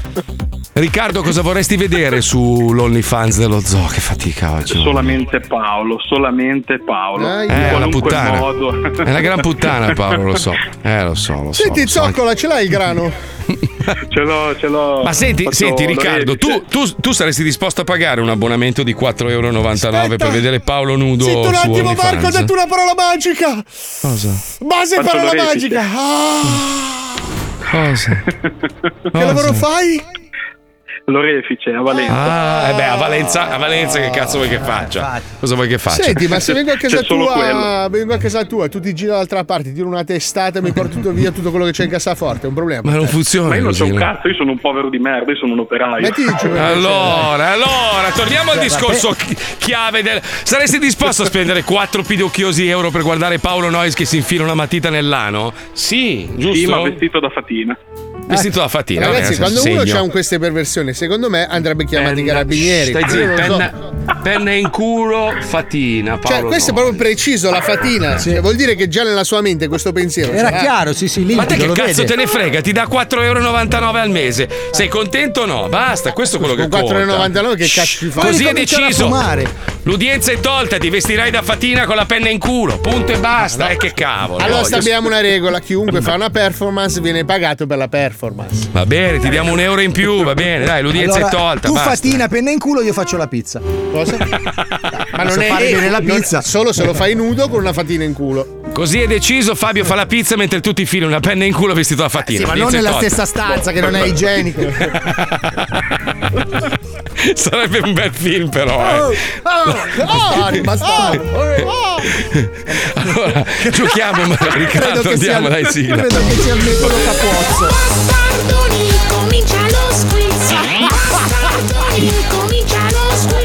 Riccardo, cosa vorresti vedere sull'OnlyFans dello zoo? Che fatica oggi.
Solamente Paolo, solamente Paolo.
Ah,
In
Eh, è una
qualunque
puttana.
modo.
È una gran puttana, Paolo, lo so. Eh, lo so, lo so.
Senti,
lo so.
Zoccola, ce l'hai il grano?
Ce l'ho, ce l'ho.
Ma senti,
Faccio
senti Riccardo,
l'orecchio.
tu, tu- tu saresti disposto a pagare un abbonamento di 4,99 euro per vedere Paolo nudo
Senti un
su
attimo,
OnlyFans?
Marco, ho detto una parola magica.
Cosa?
Base
Faccio
parola
l'orecchio.
magica. Ah,
Cosa?
che lavoro fai?
L'orefice a Valenza.
Ah, eh beh, a Valenza, a Valenza che cazzo vuoi che faccia? Cosa vuoi che faccia?
Senti, ma se vengo a casa
C'è solo
tua,
quello.
vengo a casa tua, tu ti giri dall'altra parte, ti tiro una testata e mi porti tutto via tutto quello che c'è in cassaforte, è un problema.
Ma non funziona.
Eh. Ma io non
così,
c'ho un
no?
cazzo, io sono un povero di merda, io sono un operaio.
Allora, allora, torniamo al
Cioè,
Beh,
discorso chi- chiave del... Saresti disposto a spendere 4 pidocchiosi euro per guardare Paolo Noyes che si infila una matita nell'ano? Sì, giusto?
Sì, ma vestito da fatina.
Vestito da fatina.
Eh, Ragazzi,
vabbè,
quando uno
segno.
ha queste perversioni, secondo me andrebbe chiamato i
Penna-
carabinieri.
Stai
Io
zitto,
non so.
penna, penna in culo, fatina, Paolo
Cioè, questo è
Noyes.
proprio preciso, la fatina. Cioè, vuol dire che già nella sua mente questo pensiero
Era
c'era.
chiaro,
sì, sì,
Ma te che cazzo te ne frega? Ti dà 4,99 euro al mese. Sei contento o no? Basta, questo è quello che
Con
conta.
4,99 che cazzo ci fa?
Così è deciso. Oh, L'udienza è tolta, ti vestirai da fatina con la penna in culo. Punto e basta. E che cavolo.
Allora
voglio-
stabiliamo una regola, chiunque fa una performance viene pagato per la performance.
Va bene, ti diamo un euro in più, va bene, dai, l'udienza
Allora,
è tolta.
Tu
basta.
fatina, penna in culo, io faccio la pizza. Cosa?
Ma non
non so
è
fare bene la
non-
pizza.
solo se lo fai nudo con una fatina in culo.
Così è deciso, Fabio fa la pizza mentre tu ti fili una penna in culo vestito da fatina.
Eh Sì, ma non
L'udienza è
nella
tolta.
stessa stanza,
che non è igienico.
Sarebbe un bel film,
Oh,
però. Eh. Oh,
Bastardi, bastardi.
Allora, giochiamo, ma-
oh. Credo
Riccardo,
che sia-
andiamo, dai, sigla.
credo che sia il metodo capozzo.
Bastardoni, comincia lo squiz. Bastardoni, comincia lo squiz.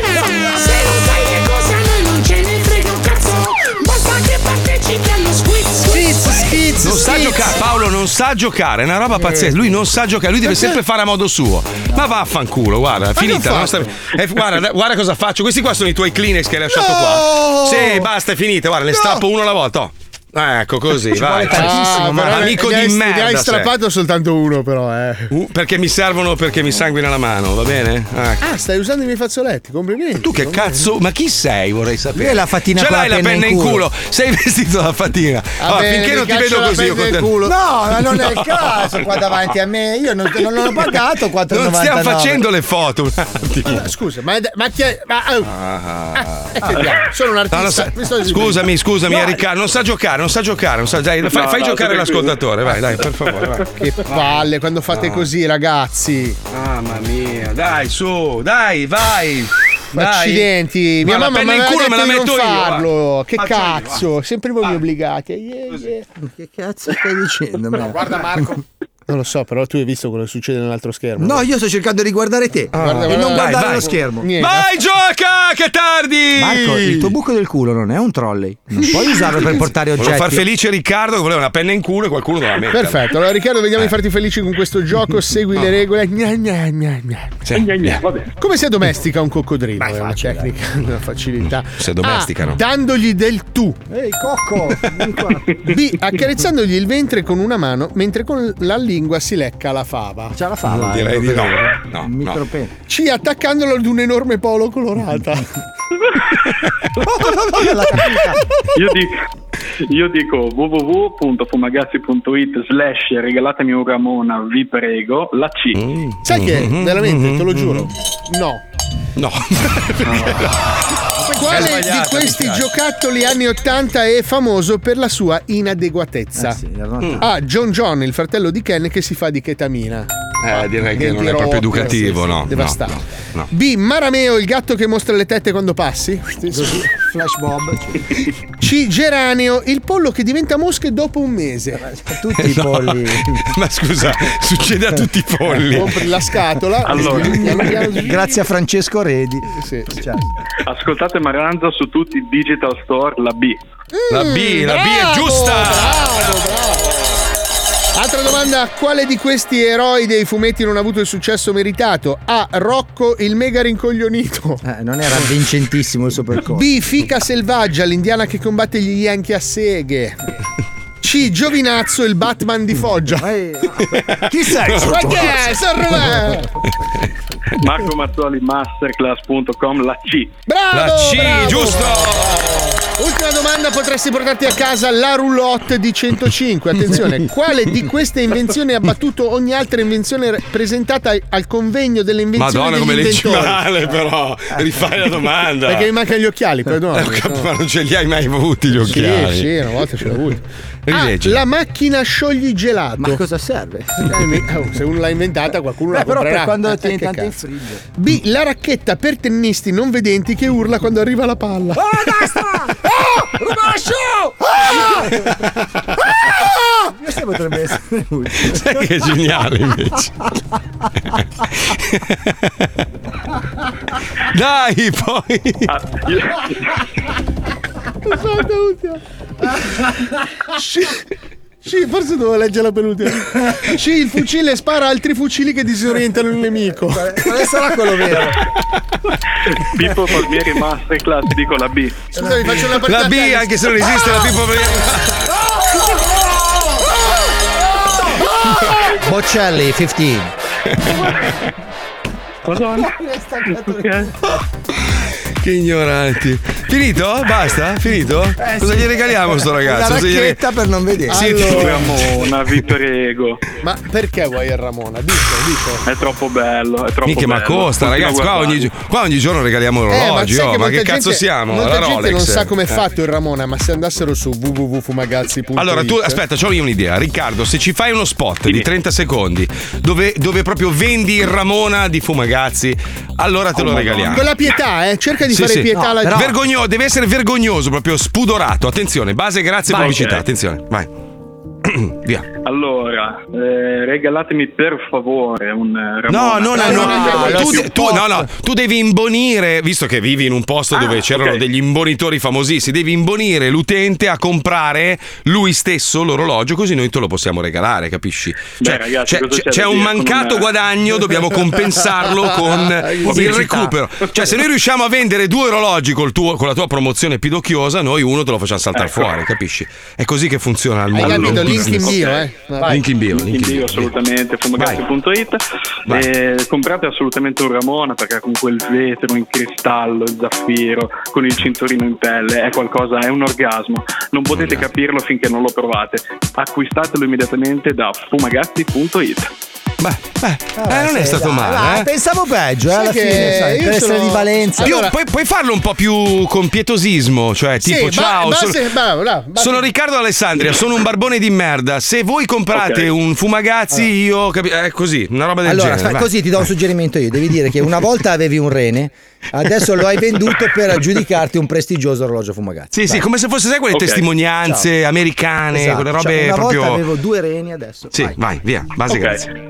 Se non sai che cosa noi non ce ne frega un cazzo. Basta che partecipi allo squiz. Squiz, squiz,
Non sa giocare, Paolo non sa giocare, è una roba pazzesca. Lui non sa giocare, lui deve
Perché?
sempre fare a modo suo. Ma vaffanculo, guarda, è
Ma che
finita.
ho
la nostra- eh, guarda, da- guarda cosa faccio. Questi qua sono i tuoi Kleenex che hai lasciato
No!
qua. Sì, basta, è finita. Guarda, ne strappo uno alla volta. oh. Ecco così, vai.
Ah,
ma
però ne-
amico
ne
di
hai- Ne
merda. cioè.
hai
sei.
strappato soltanto uno, però, eh.
Uh, perché mi servono perché mi sanguina la mano, va bene? Ecco.
Ah, stai usando i miei fazzoletti, complimenti.
Tu che cazzo, ma chi sei? Vorrei sapere.
Lui ha la fatina
Ce
con la
l'hai la
penna
penna
in
in
culo.
culo. Sei vestito da fatina. Allora,
bene,
finché
Eh, mi
non ti
caccio
vedo
la
così, io
penna in
continuo-
culo.
No, ma non è il
No.
caso qua davanti a me. Io non, non l'ho pagato 4,99.
Non stiamo facendo le foto un attimo.
Ah, Scusa, ma, è da- ma chi è. Ma, ah,
Ah.
eh, vediamo, sono un
No, non
artista.
sa-
mi sto esibendo.
scusami, scusami,
No,
Riccardo, non sa giocare, non sa giocare, non sa- dai, fai,
No,
fai
no,
giocare
sto tranquillo.
l'ascoltatore, vai, dai, per favore. vai.
Che palle quando fate
No.
così, ragazzi.
Mamma mia, dai, su, dai, vai. dai.
Accidenti, mia
Ma
mamma
la
mi
penna in
aveva
culo
detto
me la
di non
metto io,
farlo.
guarda.
Che
Faccio io,
cazzo, sempre voi mi obbligate. Yeah, yeah.
Che cazzo stai dicendo? Marco?
Non lo so, però tu hai visto quello che succede nell'altro schermo.
No, io sto cercando di guardare te
Guarda,
e
guarda,
non
vai,
guardare
vai.
lo schermo.
Niente.
Eh, Vai, gioca, che tardi!
Marco, il tuo buco del culo non è un trolley. Non puoi usarlo per portare oggetti.
Volevo far felice Riccardo che voleva una penna in culo e qualcuno doveva metterla.
Perfetto, allora Riccardo vediamo
Eh.
di farti felici con questo gioco, segui le regole. Gna, gna, gna, gna.
Sì.
Come si domestica un coccodrillo? è una tecnica, una facilità.
Si addomesticano.
A, dandogli del tu.
Ehi, cocco!
B. Accarezzandogli il ventre con una mano mentre con la lingua si lecca la fava. eh, C'ha la
Non Mm, direi di no. no, no.
C. Attaccandolo ad un enorme polo colorata.
Io dico, io dico www.fumagazzi.it slash regalatemi un Ramona, vi prego, la C.
Mm.
Sai che
Mm-hmm.
veramente, te lo giuro, no.
No.
Quale di
sbagliata,
questi
mi piace.
giocattoli anni 80 è famoso per la sua inadeguatezza?
Eh sì, erano tanti.
A. John John, il fratello di Ken che si fa di chetamina.
Eh, direi che
Denti
non è proprio
rotti,
educativo,
sì, sì,
no. no,
devastante.
no, no.
B. Marameo, il gatto che mostra le tette quando passi. Flash bomb. C. Geraneo, il pollo che diventa mosche dopo un mese. Tutti
No. Ma scusa, succede a tutti i polli.
Compri la scatola.
Allora.
Grazie a Francesco Redi.
Cioè,
Ascoltate Maranza su tutti i digital store, la B.
La
Mm,
B, la B
eh.
è giusta!
Ah, Altra domanda, quale di questi eroi dei fumetti non ha avuto il successo meritato? A. Rocco, il mega rincoglionito.
Non era vincentissimo il suo percorso.
B. Fica selvaggia, l'indiana che combatte gli Yankee a seghe. C. Giovinazzo, il Batman di Foggia.
Chi sei?
Ma che è? San Romano!
Marco Mazzoli, masterclass.com, la C.
Bravo!
La C,
bravo.
giusto!
Ultima domanda, potresti portarti a casa la roulotte di 105. Attenzione, quale di queste invenzioni ha battuto ogni altra invenzione re- presentata ai- al convegno delle invenzioni
Madonna,
degli
come leggi
inventori?
male, però. Rifai la domanda.
Perché mi mancano gli occhiali,
Eh,
perdono.
ho capito, Ma non ce li hai mai avuti gli occhiali.
Sì, sì, una volta ce l'ho avuto. Ah,
Rileggi.
la macchina sciogli gelato. Ma cosa serve? se uno l'ha inventata, qualcuno la
Beh, però per
comprerà. Eh,
quando tieni
che
tanto in
cazzo. B. La racchetta per tennisti non vedenti che urla quando arriva la palla. Ah!
Questo potrebbe essere lui.
Sai che è geniale invece. Dai, poi.
Aspetta, ultima. Sì, sì, forse dovevo leggere la penultima. Sì, il fucile spara altri fucili che disorientano il nemico. Quale sarà quello vero?
Pippo Palmieri, masterclass, dico la B.
Scusami, faccio una partita
La
a
B,
tennis.
anche se non esiste, la B può venire.
Boccelli 15.
Madonna.
Che
Che ignoranti. Finito? Basta? Finito?
Eh,
Eh
Cosa gli regaliamo a sto ragazzo? Cosa gli re-
per non vedere.
Sì,
Ramona, vi prego.
Ma perché vuoi il Ramona? Dico, dico.
È troppo bello, è troppo
Minchia, ma
bello.
costa,
Continua
ragazzi.
a
Qua
guardarlo.
ogni, gi- qua ogni giorno regaliamo l'orologio.
Eh, sai
oh, ma
molta
che
gente-
cazzo siamo?
Molta
La
gente
Rolex.
non sa come
Eh.
è fatto il Ramona, ma se andassero su www.fumagazzi.it
Allora, tu aspetta, c'ho io un'idea. Riccardo, se ci fai uno spot di 30 secondi dove, dove proprio vendi il Ramona di Fumagazzi, allora
Oh,
te lo regaliamo.
Con la pietà, eh, cerca di
Sì,
fare
sì.
pietà alla
Però-
gente.
Vergogno- deve essere vergognoso, proprio spudorato. Attenzione, base, grazie,
Vai.
pubblicità.
Ok.
Attenzione, vai. Via.
Allora, eh, regalatemi per favore un eh, Ramona.
No, no, no, no. Tu, de- tu- no, no, tu devi imbonire, visto che vivi in un posto dove c'erano
ok.
degli imbonitori famosissimi, devi imbonire l'utente a comprare lui stesso l'orologio, così noi te lo possiamo regalare, capisci? Cioè,
ragazzi,
c'è,
cosa
c'è-
c'è da
c'è un
dire con
mancato
una-
guadagno, dobbiamo compensarlo con il
Pubblicità.
recupero. Cioè, se noi riusciamo a vendere due orologi col tuo- con la tua promozione pidocchiosa, noi uno te lo facciamo saltare
Ecco.
fuori, capisci? È così che funziona il
Hai
mondo.
capito?
del
Link in
business.
bio, eh.
Vai.
Link in bio,
Link in bio, assolutamente, fumagazzi.it. Eh, comprate assolutamente un Ramona perché con quel vetro in cristallo, il zaffiro, con il cinturino in pelle, è qualcosa, è un orgasmo. Non potete capirlo finché non lo provate. Acquistatelo immediatamente da fumagazzi.it.
Eh, non è stato male, eh.
Pensavo peggio, eh, alla
che
fine, sai,
io
per
sono-
essere di Valenza.
Più- puoi, puoi farlo un po' più con pietosismo, cioè
Sì,
tipo
ba-
ciao.
basta-
sono-
bravo, bravo, basta-
sono Riccardo Alessandria, sono un barbone di merda. Se voi comprate
Ok.
un fumagazzi, io. capi- è così, una roba del
Allora,
genere.
aspetta,
vai.
così ti do un suggerimento io. Devi dire che una volta avevi un rene, adesso lo hai venduto per aggiudicarti un prestigioso orologio fumagazzi.
Sì, sì, come se fosse, sai, quelle
Ok.
testimonianze
Ciao.
americane,
Esatto,
quelle
cioè,
robe
una
proprio.
volta avevo due reni, adesso.
Sì, vai, via. Base,
Ok.
grazie.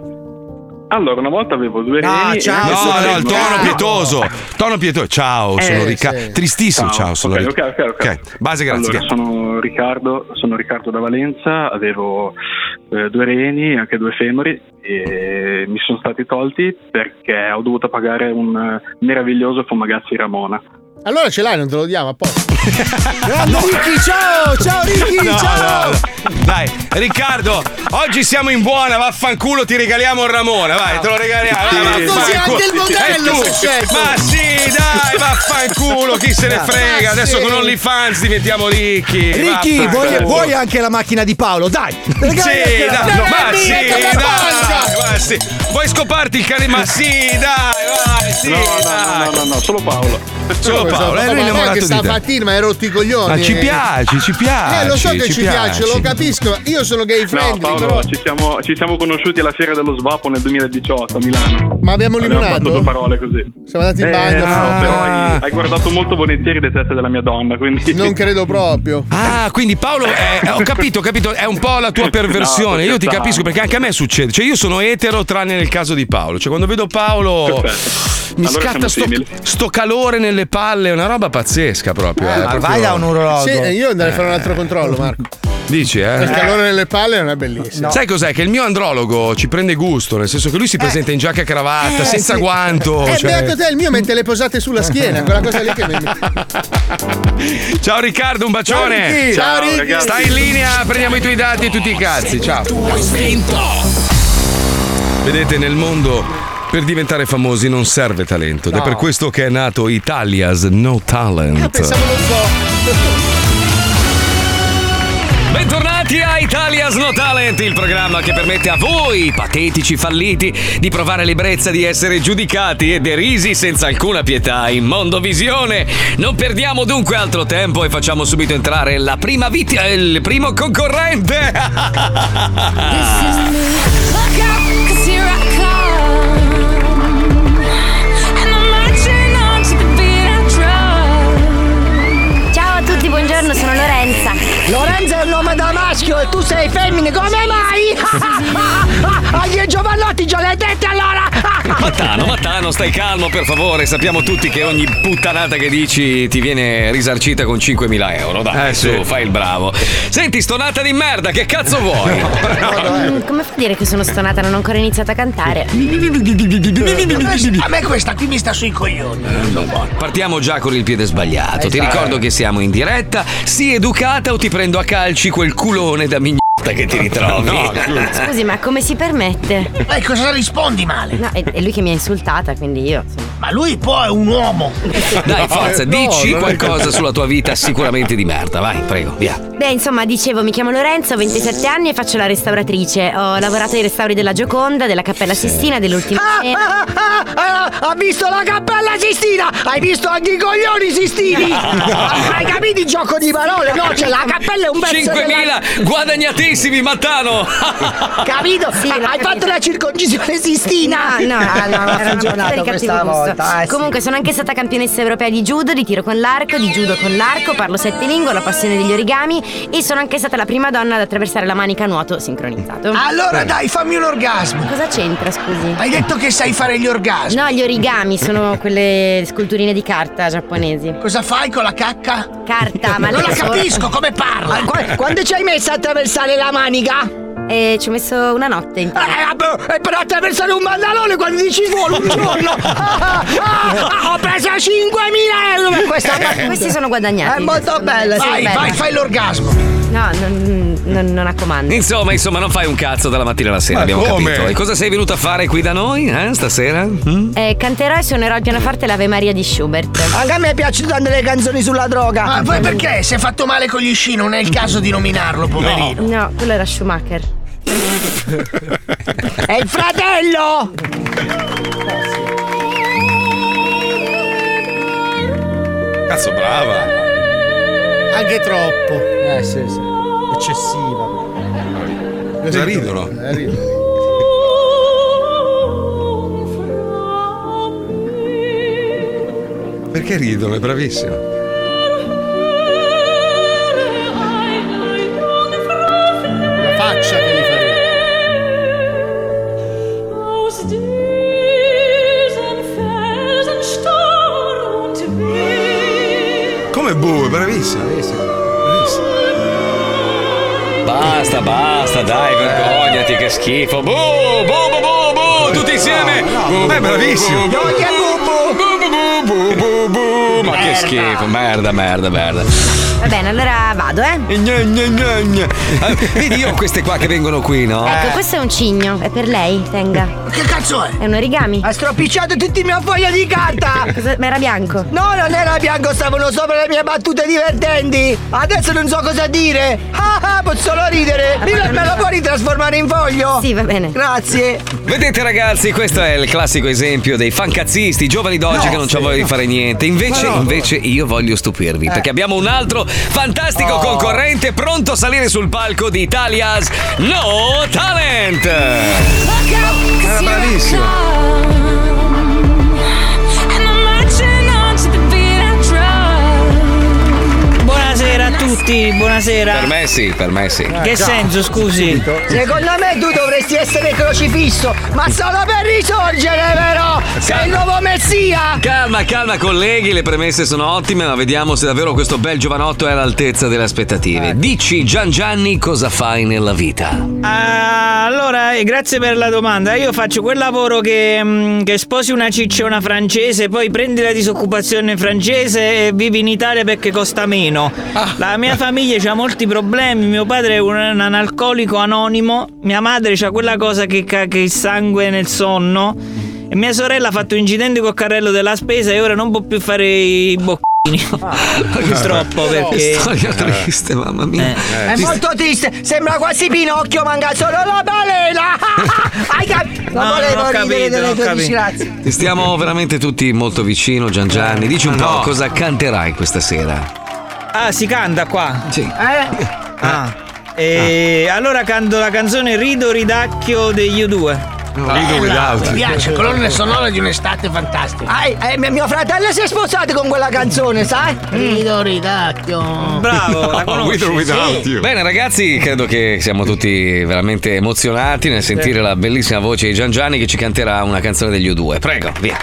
Allora, una volta avevo due
No,
reni. e
ciao,
adesso
no, no,
avevo-
il tono pietoso. Tono pietoso. Ciao,
Eh,
sono Riccardo.
sì.
Tristissimo, ciao, sono
ok,
Riccardo.
ok, ok, ok.
Base, grazie.
Allora,
grazie.
sono Riccardo, sono Riccardo da Valenza, avevo eh, due reni, anche due femori e mi sono stati tolti perché ho dovuto pagare un eh, meraviglioso fumagazzi Ramona.
Allora ce l'hai, non te lo diamo a posto.
Grande Ricky, ciao! Ciao Ricky,
No,
ciao!
no, no. Dai, Riccardo, oggi siamo in buona, vaffanculo, ti regaliamo il Ramona, vai, te lo regaliamo. vai,
Ma così
vaffanculo.
anche il modello
Eh, tu,
è successo.
Ma sì, dai, vaffanculo, chi se ne
Ah,
frega,
sì.
adesso con OnlyFans diventiamo ricchi.
Ricky,
vaffanculo.
vuoi, vuoi anche la macchina di Paolo? Dai!
Sì,
regali anche la-
dai, ma sì,
mia, che
dai,
mangia!
ma sì. Vuoi scoparti il cane? Ma sì, dai, vai, sì, dai.
No, no, no, solo Paolo.
Solo
Esatto.
Paolo, eh, lui è innamorato
che
di te.
stamattina mi hai rotto i coglioni.
Ma ci piace, ci piace.
Eh, lo so che ci, piace,
piace.
lo capisco. Io sono gay
No,
friendly, però.
Paolo, ci siamo, ci siamo conosciuti alla Fiera dello Svapo nel 2018 a Milano.
Ma abbiamo
fatto due
limonato?
parole così. Eh,
Siamo andati in bagno.
no, però
Ah.
hai, hai guardato molto volentieri le teste della mia donna, quindi...
Non credo proprio.
Ah, quindi Paolo, eh, ho capito, ho capito, è un po' la tua perversione.
Eh, No,
io ti
scherzavo.
capisco perché anche a me succede. Cioè, io sono etero, tranne nel caso di Paolo. Cioè, quando vedo Paolo,
Perfetto.
mi
Allora
scatta
siamo
sto,
simili.
sto calore nelle palle, è una roba pazzesca proprio. eh, proprio- Eh,
Sì, eh, io andrei a fare un altro controllo, Marco.
Dici, eh?
Il calore nelle palle non è bellissimo.
Sai cos'è? Che il mio andrologo ci prende gusto, nel senso che lui si presenta in giacca e cravatta,
Eh,
senza
sì.
guanto.
Eh,
cioè-
beato te, il mio mette le posate sulla schiena, quella cosa lì che mi.
Ciao Riccardo, un
Ciao,
bacione.
Ricky. Ciao, Ricky.
ragazzi. Stai in linea, prendiamo i tuoi dati e tutti i cazzi. Ciao. Vedete, nel mondo per diventare famosi non serve talento. Ed è per questo che è nato Italia's No Talent.
Ah,
Pensavo lo so.
Bentornati a Italia's No Talent, il programma che permette a voi, patetici falliti, di provare l'ebbrezza di essere giudicati e derisi senza alcuna pietà in mondovisione. Non perdiamo dunque altro tempo e facciamo subito entrare la prima vittima, il primo concorrente.
Look out, 'cause here I come. And I'm marching on to the beat of drum.
Ciao a tutti, buongiorno, sono Lorenza.
Lorenza è un nome da maschio e tu sei femmine, come mai? Agli giovanotti già le hai dette allora!
Mattano, Mattano, stai calmo per favore. Sappiamo tutti che ogni puttanata che dici ti viene risarcita con 5.000 euro. Dai, su, fai il bravo. Senti, stonata di merda, che cazzo vuoi?
Mm, come fa a dire che sono stonata? Non ho ancora iniziato a cantare.
A me questa qui mi sta sui coglioni.
Partiamo già con il piede sbagliato. Ti
Esatto.
ricordo che siamo in diretta. Sii educata o ti prendo a calci quel culone da mignetta volta che ti ritrovi.
No,
Scusi, ma come si permette?
E cosa rispondi male?
No, è, è lui che mi ha insultata, quindi io.
Ma lui poi è un uomo.
Dai, forza,
No,
dici
non è-
qualcosa sulla tua vita sicuramente di merda. Vai, prego, via.
Beh, insomma, dicevo, mi chiamo Lorenzo, ho 27 anni e faccio la restauratrice. Ho lavorato ai restauri della Gioconda, della Cappella Sistina, dell'ultima cena.
ha visto la cappella Sistina! Hai visto anche i coglioni Sistini! Hai capito il gioco di parole? No, c'è la cappella è un pezzo
5.000
della-
guadagnatissimi, Mattano!
Capito? hai fatto la circoncisione Sistina!
Esatto. No, no,
Ah, no,
erano
ha
tutte
ragionato
di cattivo
questa
gusto.
volta, eh, sì.
Comunque sono anche stata campionessa europea di judo, di tiro con l'arco, di judo con l'arco, parlo sette lingue, ho la passione degli origami e sono anche stata la prima donna ad attraversare la manica a nuoto sincronizzato.
Allora dai, fammi un orgasmo.
Cosa c'entra, scusi?
Hai detto che sai fare gli orgasmi.
No, gli origami sono quelle sculturine di carta giapponesi.
Cosa fai con la cacca?
Carta, Ah, ma
non
lei
la
so-
capisco come parla.
Quando ci hai messo a attraversare la manica?
Eh, ci ho messo una notte. in
Eh, vabbè, è per attraversare un bandalone quando dici vuole un giorno! Ah, ah, ah, ho preso 5.000
Eh,
euro per questa battuta.
Questi sono guadagnati.
È molto bella,
Sì,
vai,
bella.
vai, fai
l'orgasmo.
No, non, non- non raccomando.
Insomma, insomma, non fai un cazzo dalla mattina alla sera,
Ma
abbiamo
come?
capito. E cosa sei venuta a fare qui da noi, eh, stasera? Mm?
Eh, canterò e suonerò al pianoforte l'Ave Maria di Schubert. Ah,
Anche a me piacciono tanto le canzoni sulla droga.
Ma poi perché? Si è fatto male con gli sci, non è il caso di nominarlo, poverino.
No, quello era Schumacher.
È il fratello!
Cazzo, brava.
Anche troppo.
Eh, sì, sì. Eccessiva.
Cosa ridono? Perché ridono? È bravissimo.
La faccia che gli farei.
Aus diesen Felsen Sturm und Wind.
Come Bu, è bravissimo.
Basta, basta, dai, vergognati, che schifo. Boh, boh, boh, boh, boh, tutti insieme. Boh,
Beh, bravissimo.
boh, boh, boh, boh, boh,
Oh,
boh, Ma che schifo, merda, merda, merda.
Va bene, allora vado, eh.
Gna, gna, gna, gna. Ah, Vedi io queste qua che vengono qui, no?
Eh.
Ecco, questo è un cigno, è per lei, tenga.
Che cazzo è?
È un origami.
Ha stropicciato tutti i miei fogli di carta!
Cosa- Ma era bianco.
No, non era bianco, stavano sopra le mie battute divertenti! Adesso non so cosa dire! Ah ah, posso solo ridere! Mi me lo puoi ritrasformare in foglio?
Sì, va bene.
Grazie!
Vedete ragazzi, questo è il classico esempio dei fancazzisti, giovani d'oggi
No,
che non
sì,
c'ha voglia
no.
di fare niente. Invece,
Ma no.
invece io voglio stupirvi,
Eh.
perché abbiamo un altro fantastico
Oh.
concorrente pronto a salire sul palco di Italia's No Talent.
Era
bravissimo.
Buonasera a tutti,
Per
buonasera.
me sì, per me sì.
Eh,
Che senso, scusi?
Secondo me tu dovresti essere crocifisso, ma solo per risorgere, però! Sei il nuovo messia!
Calma, calma colleghi, le premesse sono ottime, ma vediamo se davvero questo bel giovanotto è all'altezza delle aspettative.
Ecco.
Dici Gian Gianni cosa fai nella vita?
Ah, allora, eh, grazie per la domanda. Io faccio quel lavoro che, mm, che sposi una cicciona francese, poi prendi la disoccupazione francese e vivi in Italia perché costa meno. La mia famiglia ha molti problemi. Mio padre è un, un analcolico anonimo. Mia madre ha quella cosa che cacca il sangue nel sonno. E mia sorella ha fatto un incidente col carrello della spesa e ora non può più fare i bocchini. Purtroppo
Eh.
perché. Eh.
Storia triste, mamma mia.
È molto triste, sembra quasi Pinocchio, manca solo la balena! Hai capito? Non
No,
volevo
non ho
ridere
capito,
delle
non ho
tue
capito.
disgrazie.
Ti stiamo veramente tutti molto vicino, Gian
Certo.
Gianni. Dici un po' cosa canterai questa sera.
Ah, si canta qua?
Sì.
Eh? Ah. E allora canto la canzone Rido Ridacchio degli U2.
Rido
Without. Ah, Mi piace,
colonna sonora
di un'estate fantastica.
Ah, eh, eh, mio fratello si è sposato con quella canzone, sai? Rido ridacchio.
Oh,
Bravo, Oh, la conosci?
with or without you.
Bene ragazzi, credo che siamo tutti veramente emozionati nel sentire la bellissima voce di Gian Gianni che ci canterà una canzone degli U2. Prego, via.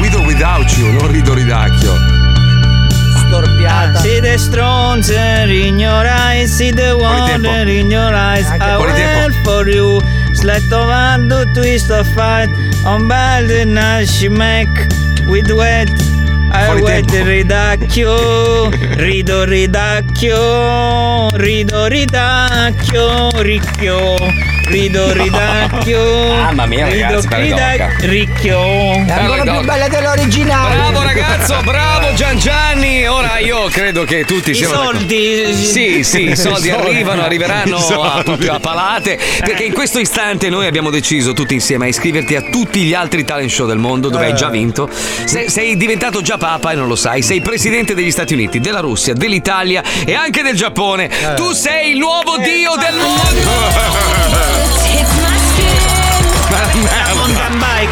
Guido without you, non rido ridacchio.
Storpiata. Si the strong in your eyes, see the wonder in your eyes. I will for you. Slight of hand, twist of fight. On bad night she make with wet. I wait ridacchio, rido ridacchio, rido ridacchio, ricchio, rido ridacchio.
Mamma mia,
rido
ragazzi, bella
ridac-
docca.
ricchio.
È ancora Bella più docca. bella
dell'originale.
Bravo ragazzo, bravo Gian Gianni. Ora io credo che tutti
I
siano d'accordo.
soldi. eh,
Sì, sì, i soldi arrivano, arriveranno
I soldi.
a, proprio a palate. Perché in questo istante noi abbiamo deciso tutti insieme a iscriverti a tutti gli altri talent show del mondo dove
Eh.
hai già vinto. Se- sei diventato già papa e non lo sai. Sei presidente degli Stati Uniti, della Russia, dell'Italia e anche del Giappone.
Eh.
Tu sei il
Eh.
nuovo dio del mondo.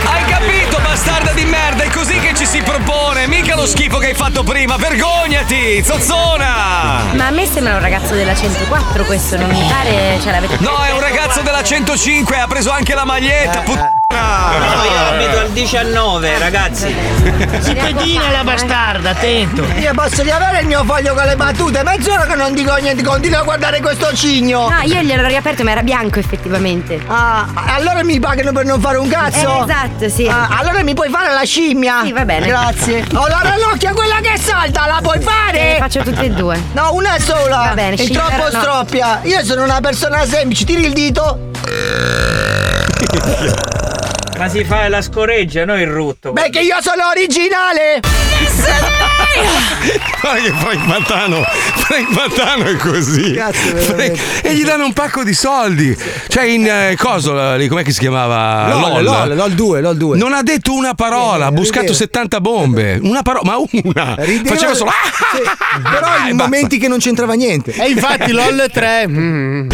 Hai capito, bastarda di merda? È così che ci si propone. Mica lo schifo che hai fatto prima. Vergognati, zozzona.
Ma a me sembra un ragazzo della 104 questo, non mi pare. Cioè, l'avete
No, è un ragazzo della 105, ha preso anche la maglietta, puttana!
No, io abito al 19, ragazzi.
Si pedina la
bastarda, attento.
Eh, Io posso riavere il mio foglio con le battute? Mezz'ora che non dico niente, continuo a guardare questo cigno.
No, Ah, io gliel'ho riaperto, ma era bianco effettivamente.
Ah, allora mi pagano per non fare un cazzo?
Eh, esatto, sì.
Ah, allora mi puoi fare la scimmia? Sì, va
bene.
Grazie. Oh, la ranocchia, quella che salta, la puoi fare?
Te le Eh, faccio tutte e due.
No, una sola.
Va bene,
È
scimmia,
troppo
no.
stroppia. Io sono una persona semplice, tiri il dito.
Ma si fa la scoreggia, no il rutto.
Perché io sono originale.
Guarda che Frank Pantano, Frank Pantano è così.
Cazzo,
Frank- e gli danno un pacco di soldi. Cioè, in eh, coso, la- lì, com'è che si chiamava?
LOL, LOL, LOL 2, LOL 2.
Non ha detto una parola, ha buscato 70 bombe. Una parola, ma una.
Rideva-
Faceva solo. "Ah!"
Sì, però in momenti che non c'entrava niente.
E Eh, infatti LOL 3. mm.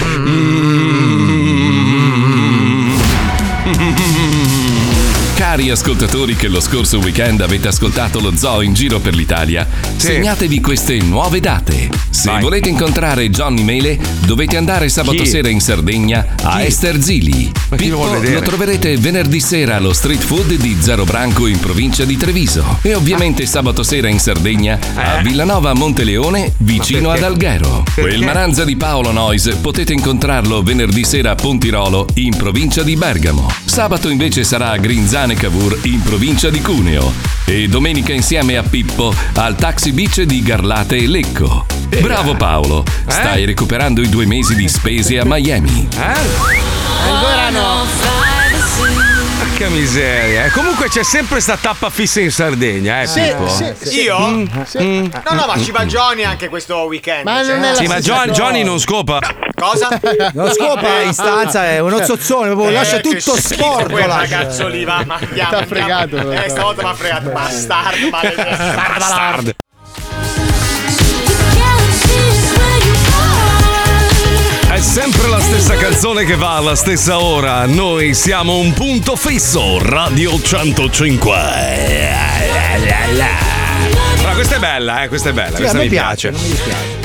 Cari ascoltatori che lo scorso weekend avete ascoltato lo zoo in giro per l'Italia, segnatevi queste nuove date. Se volete incontrare Johnny Mele, dovete andare sabato
Chi?
sera in Sardegna a
Chi?
Esterzili.
Ma chi
Pippo
lo vuol
lo
vedere?
troverete venerdì sera allo street food di Zaro Branco in provincia di Treviso. E ovviamente sabato sera in Sardegna a Villanova Monteleone vicino
Eh? Ma
ad
perché?
Alghero.
Perché?
Quel maranza di Paolo Nois potete incontrarlo venerdì sera a Pontirolo in provincia di Bergamo. Sabato invece sarà a Grinzane Cavour in provincia di Cuneo. E domenica insieme a Pippo al Taxi Beach di Garlate e Lecco.
Eh.
Bravo Paolo, stai recuperando i due mesi di spese a Miami.
Eh?
Ancora no.
Porca miseria. eh. Comunque c'è sempre sta tappa fissa in Sardegna, eh, Pippo?
Io?
Mm, mm,
No, no, ma
mm,
ci va
mm.
Johnny anche questo weekend.
Ma
cioè.
non è la
Sì, ma
stessa
John-
cosa.
Johnny non scopa. Cioè,
Cosa?
Lo scopa in stanza è uno zozzone, proprio
Eh,
lascia
che
tutto
schifo
sporco.
Quel
lascia.
ragazzo lì, va, ma andiamo.
T'ha
andiamo.
fregato,
Eh,
però.
stavolta mi ha fregato. Bastardo, maledetto.
Bastardo. È sempre la stessa canzone che va alla stessa ora. Noi siamo un punto fisso, Radio 105. Ma questa è bella, eh, questa è bella,
Sì,
questa
a me
mi
piace,
piace.
non mi dispiace.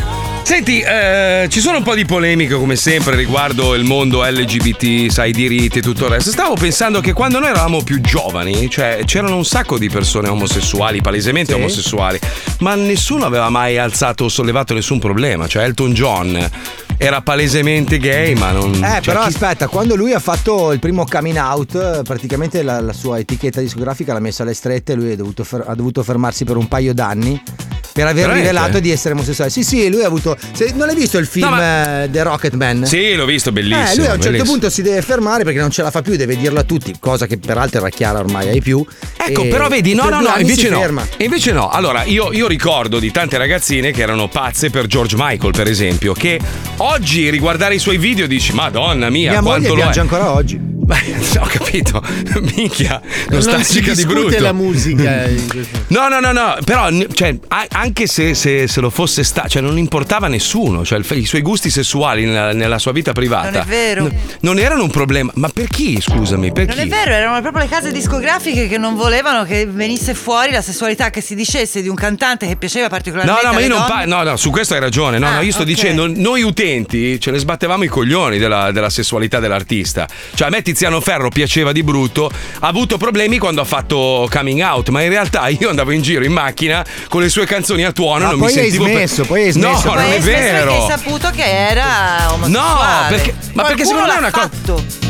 Senti, eh, ci sono un po' di polemiche come sempre riguardo il mondo LGBT, sai, diritti e tutto il resto. Stavo pensando che quando noi eravamo più giovani, cioè c'erano un sacco di persone omosessuali, palesemente
Sì.
omosessuali, ma nessuno aveva mai alzato o sollevato nessun problema. Cioè Elton John era palesemente gay, ma non...
Eh,
cioè,
però
chi-
aspetta, quando lui ha fatto il primo coming out, eh, praticamente la, la sua etichetta discografica l'ha messa alle strette e lui è dovuto fer- ha dovuto fermarsi per un paio d'anni per aver
Veramente?
rivelato di essere omosessuale. Sì, sì, lui ha avuto. se- non hai visto il film eh, The Rocketman?
Sì, l'ho visto, bellissimo.
Eh, lui a un certo
bellissimo.
punto si deve fermare perché non ce la fa più, deve dirlo a tutti, cosa che peraltro era chiara ormai ai più.
Ecco,
E
però vedi, no,
per
no,
due
no,
anni
invece
si
no.
ferma.
E Invece no. Allora, io, io ricordo di tante ragazzine che erano pazze per George Michael, per esempio, che oggi riguardare i suoi video dici, Madonna mia,
Mia
quanto
moglie
lo
piange
è.
ancora oggi.
Ho capito, minchia, nostalgica
non si
di
discute
brutto.
la musica. eh, in questo-
No, no, no, no, però n- cioè, a- anche se, se- se lo fosse stato, cioè, non importava a nessuno, cioè, il- i suoi gusti sessuali nella, nella sua vita privata.
Non è vero.
n- non erano un problema. Ma per chi, scusami? Per
Non
chi?
è vero, erano proprio le case discografiche che non volevano che venisse fuori la sessualità che si dicesse di un cantante che piaceva
No,
particolarmente.
no, ma
alle
io non
donne.
parlo. No, no, su questo hai ragione. No,
Ah,
no, io sto
ok.
dicendo, noi utenti ce ne sbattevamo i coglioni della, della sessualità dell'artista. Cioè, a me Tiziano Ferro piaceva di brutto, ha avuto problemi quando ha fatto coming out, ma in realtà io andavo in giro in macchina con le sue canzoni a tuono.
Ma
non
poi
mi
hai
sentivo per-
smesso, poi hai smesso.
No, non
Poi
è
spesso perché
vero.
hai saputo che era
No,
omosessuale.
perché- ma perché secondo me è una cosa.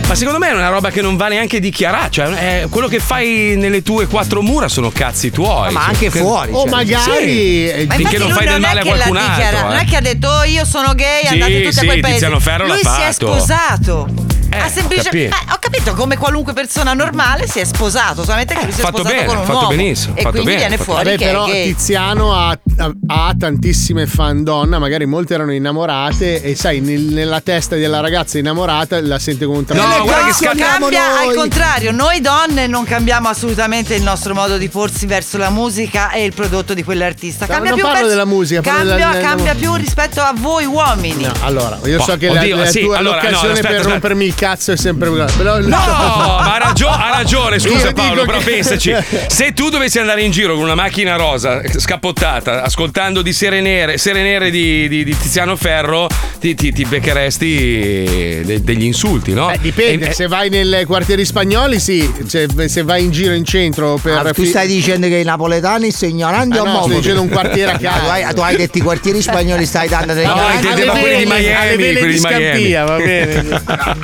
Ma secondo me è una roba che non va neanche dichiarata. Cioè, eh, quello che fai nelle tue quattro mura sono cazzi tuoi.
Ma anche
Che-
fuori, O cioè. magari-
Sì, eh, finché
Ma eh, infatti
non
lui
fai del
non è
male a
che l'ha
qualcun altro.
dichiarato, Non è
eh.
che ha detto "Oh, io sono gay,
Sì,
andate tutti
sì,
a quel paese.
Tiziano Ferro l'ha
Lui si è
fatto.
sposato. ha semplicemente.
capito.
eh, ho capito come qualunque persona normale si è sposato, solamente che lui si è
fatto
sposato
bene,
con un
fatto
uomo.
benissimo,
E
fatto
quindi
bene,
viene
fatto
fuori
bene.
che
Vabbè,
è
però
gay.
Tiziano ha, ha- ha tantissime fan donna, magari molte erano innamorate e sai, nel- nella testa della ragazza innamorata la sente come un
No,
tramonto.
cambia al contrario, noi donne non cambiamo assolutamente il nostro modo di porsi verso la musica e il prodotto di quell'artista.
No,
Cambia
non
più
parlo
verso-
della musica, parlo
cambia,
della- della-
cambia più rispetto a voi uomini.
Allora, io
Boh,
so che la-
oddio,
la,
sì,
tua
allora, no,
l'occasione
aspetta,
per
aspetta.
rompermi il cazzo è sempre quella. Però-
No, ma ha, ragio- ha ragione,
Io
scusa
dico
Paolo,
che-
però pensaci. Se tu dovessi andare in giro con una macchina rosa scappottata, ascoltando di sere nere, sere nere di, di- di Tiziano Ferro, ti, ti- ti beccheresti de- degli insulti, no?
Eh, Dipende,
eh.
se vai nei quartieri spagnoli, sì. Cioè, se vai in giro in centro per.
Ah, tu stai dicendo che i napoletani sono ignoranti
Ah,
o
no,
omofili?
sto dicendo un quartiere a
No,
caso.
tu hai- Tu hai detto i quartieri spagnoli stai dando dei
No,
ignoranti.
intendeva Alle quelli di vele- Miami, alle vele quelli di di Miami. Scampia, va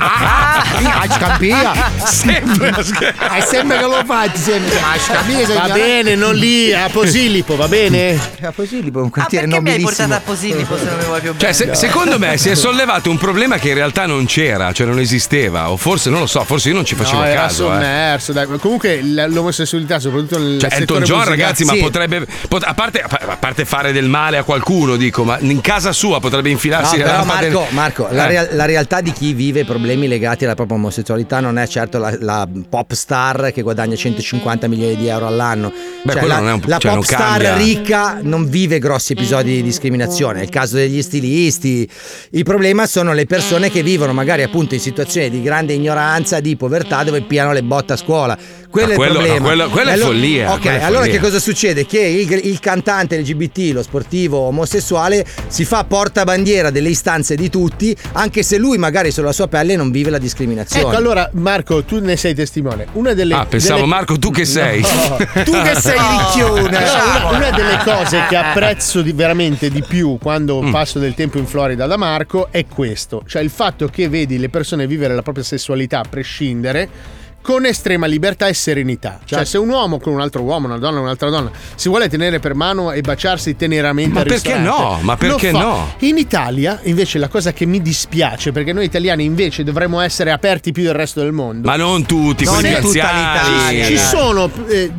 bene.
Ah, Scampia.
Sempre.
È sempre che lo fai, sempre. Ma Scampia sei
Va
ignorante.
bene, non lì, a Posillipo, va bene?
A Posillipo è un quartiere
Ah, Perché mi hai
nobilissimo.
portato a Posillipo se non mi vuoi più bene?
Cioè, se- secondo me si è sollevato un problema che in realtà non c'era, cioè non esisteva, o forse non lo so, forse io non ci facevo
no, era
caso. eh.
sommerso. dai. Comunque l- l'omosessualità, soprattutto nel
Cioè,
settore
Elton John,
musicale-
ragazzi, ma
Sì.
potrebbe. pot- a, parte, a parte fare del male a qualcuno, dico, ma in casa sua potrebbe infilarsi
No,
la
però
rampa del-
Marco, Marco, la,
Eh.
real- la realtà di chi vive problemi legati alla propria omosessualità non è certo la, la pop star che guadagna 150 milioni di euro all'anno.
Beh,
Cioè,
quello
la
non è un-
la
cioè,
pop
non
star
cambia.
ricca non vive grossi episodi di discriminazione. È il caso degli stilisti. Il problema sono le persone che vivono magari appunto in situazioni di grande ignoranza, di povertà, dove piano le botte a scuola. Quello
Ma
è
quello-
il problema.
no, quello- quella è
E allo-
follia,
Ok,
quella è
allora
follia.
che cosa succede? Che il, il cantante LGBT, lo sportivo omosessuale, si fa portabandiera delle istanze di tutti, anche se lui magari sulla sua pelle non vive la discriminazione.
Ecco, allora, Marco, tu ne sei testimone. Una delle.
Ah, pensavo,
delle-
Marco, tu che sei? Esatto.
Tu che sei ricchione! Allora, una, una delle cose che apprezzo di- veramente di più quando
Mm.
passo del tempo in Florida da Marco è questo: cioè il fatto che vedi le persone vivere la propria sessualità a prescindere. Con estrema libertà e serenità.
Certo.
Cioè, se un uomo con un altro uomo, una donna con un'altra donna, si vuole tenere per mano e baciarsi teneramente
Ma
al
perché
ristorante,
no? Ma
lo
perché
fa.
no?
In Italia, invece, la cosa che mi dispiace, perché noi italiani invece dovremmo essere aperti più del resto del mondo.
Ma non tutti,
Non
quelli
è tutta
anziani.
Ci- Ci sono eh,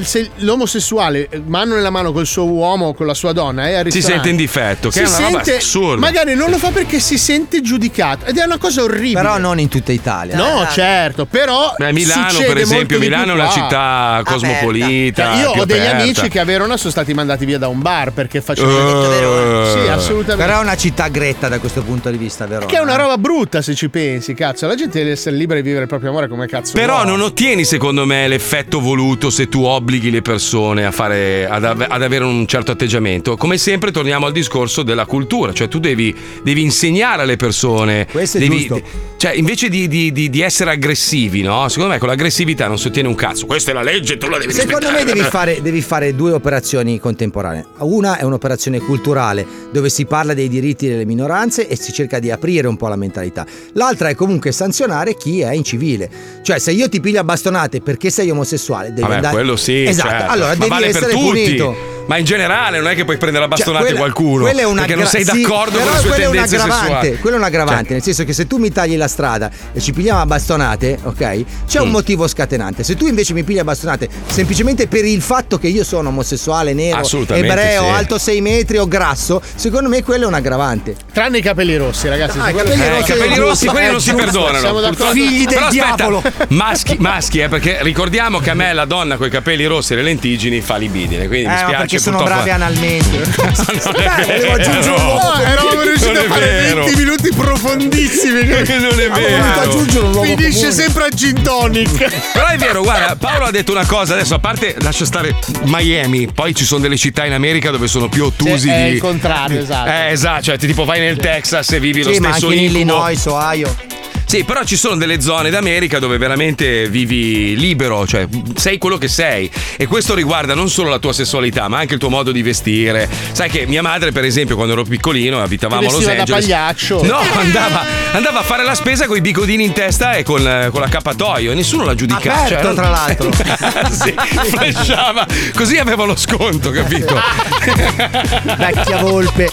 se l'omosessuale eh, mano nella mano col suo uomo o con la sua donna eh, al
Si
ristorante,
sente in difetto,
si
che è una roba
sente-
assurda.
magari non lo fa perché si sente giudicato ed è una cosa orribile
Però non in tutta Italia.
no certo però
Beh, Milano,
succede
per
molto
esempio,
di più
Milano è una
qua.
città cosmopolita.
Cioè, io
più
ho degli
aperta.
amici che a Verona sono stati mandati via da un bar perché facevano
Eh.
sì assolutamente
Però è una città gretta da questo punto di vista, vero?
che è una roba brutta se ci pensi cazzo la gente deve essere libera di vivere il proprio amore come cazzo
Però
vuole.
non ottieni, secondo me, l'effetto voluto se tu obblighi le persone a fare, ad, ave- ad avere un certo atteggiamento. Come sempre torniamo al discorso della cultura, cioè tu devi, devi insegnare alle persone.
Questo è
devi-
giusto.
de- Cioè, invece di, di- di- di essere aggressivi, no? Secondo me con l'aggressività non si ottiene un cazzo. Questa è la legge, tu la devi
Secondo me
rispettare.
devi fare, devi fare due operazioni contemporanee. Una è un'operazione culturale dove si parla dei diritti delle minoranze e si cerca di aprire un po' la mentalità. L'altra è comunque sanzionare chi è incivile. Cioè se io ti piglio a bastonate perché sei omosessuale devi
Vabbè,
andare...
quello sì.
Esatto,
certo.
allora
Ma
devi
vale per
essere
tutti.
punito.
Ma in generale non è che puoi prendere a bastonate
Cioè, quella-
qualcuno.
quella è una
perché non
gra-
sei
sì,
d'accordo
però
con le sue
quello è un
tendenze
aggravante,
sessuali. Certo.
Quello è un aggravante, nel senso che se tu mi tagli la strada e ci pigliamo a bastonate, ok? C'è un
Mm.
motivo scatenante. Se tu invece mi pigli a bastonate semplicemente per il fatto che io sono omosessuale, nero,
Assolutamente
ebreo,
sì.
alto 6 metri o grasso, secondo me quello è un aggravante.
Tranne i capelli rossi, ragazzi.
i
Eh, I capelli rossi quelli
eh,
non si perdonano. purtroppo. Però aspetta, Maschi, maschi eh, perché ricordiamo che a me la donna con i capelli rossi e le lentigini fa libidine. Quindi mi
Eh,
spiace.
ma perché sono
purtroppo-
bravi analmente.
Dai, volevo aggiungere un uovo.
No, eravamo riusciti
Non
a
è
fare
vero.
20 minuti profondissimi.
Non è vero.
Finisce sempre a gin tonic.
Però Ah, è vero, guarda, Paolo ha detto una cosa adesso, a parte lascia stare Miami, poi ci sono delle città in America dove sono più ottusi
Sì, è
di-
il contrario, esatto.
Eh, esatto, cioè ti- tipo vai nel Texas e vivi lo
Sì, ma
stesso
anche in
incubo.
Illinois, Ohio.
Sì, però ci sono delle zone d'America dove veramente vivi libero, cioè sei quello che sei. E questo riguarda non solo la tua sessualità, ma anche il tuo modo di vestire. Sai che mia madre, per esempio, quando ero piccolino, abitavamo a Los
Vestiva da
Angeles.
pagliaccio.
No, andava, andava a fare la spesa con i bigodini in testa e con, eh, con l'accappatoio. E nessuno la giudicava.
Aperto,
cioè,
tra l'altro.
sì, flashava. Così aveva lo sconto, capito?
Vecchia volpe.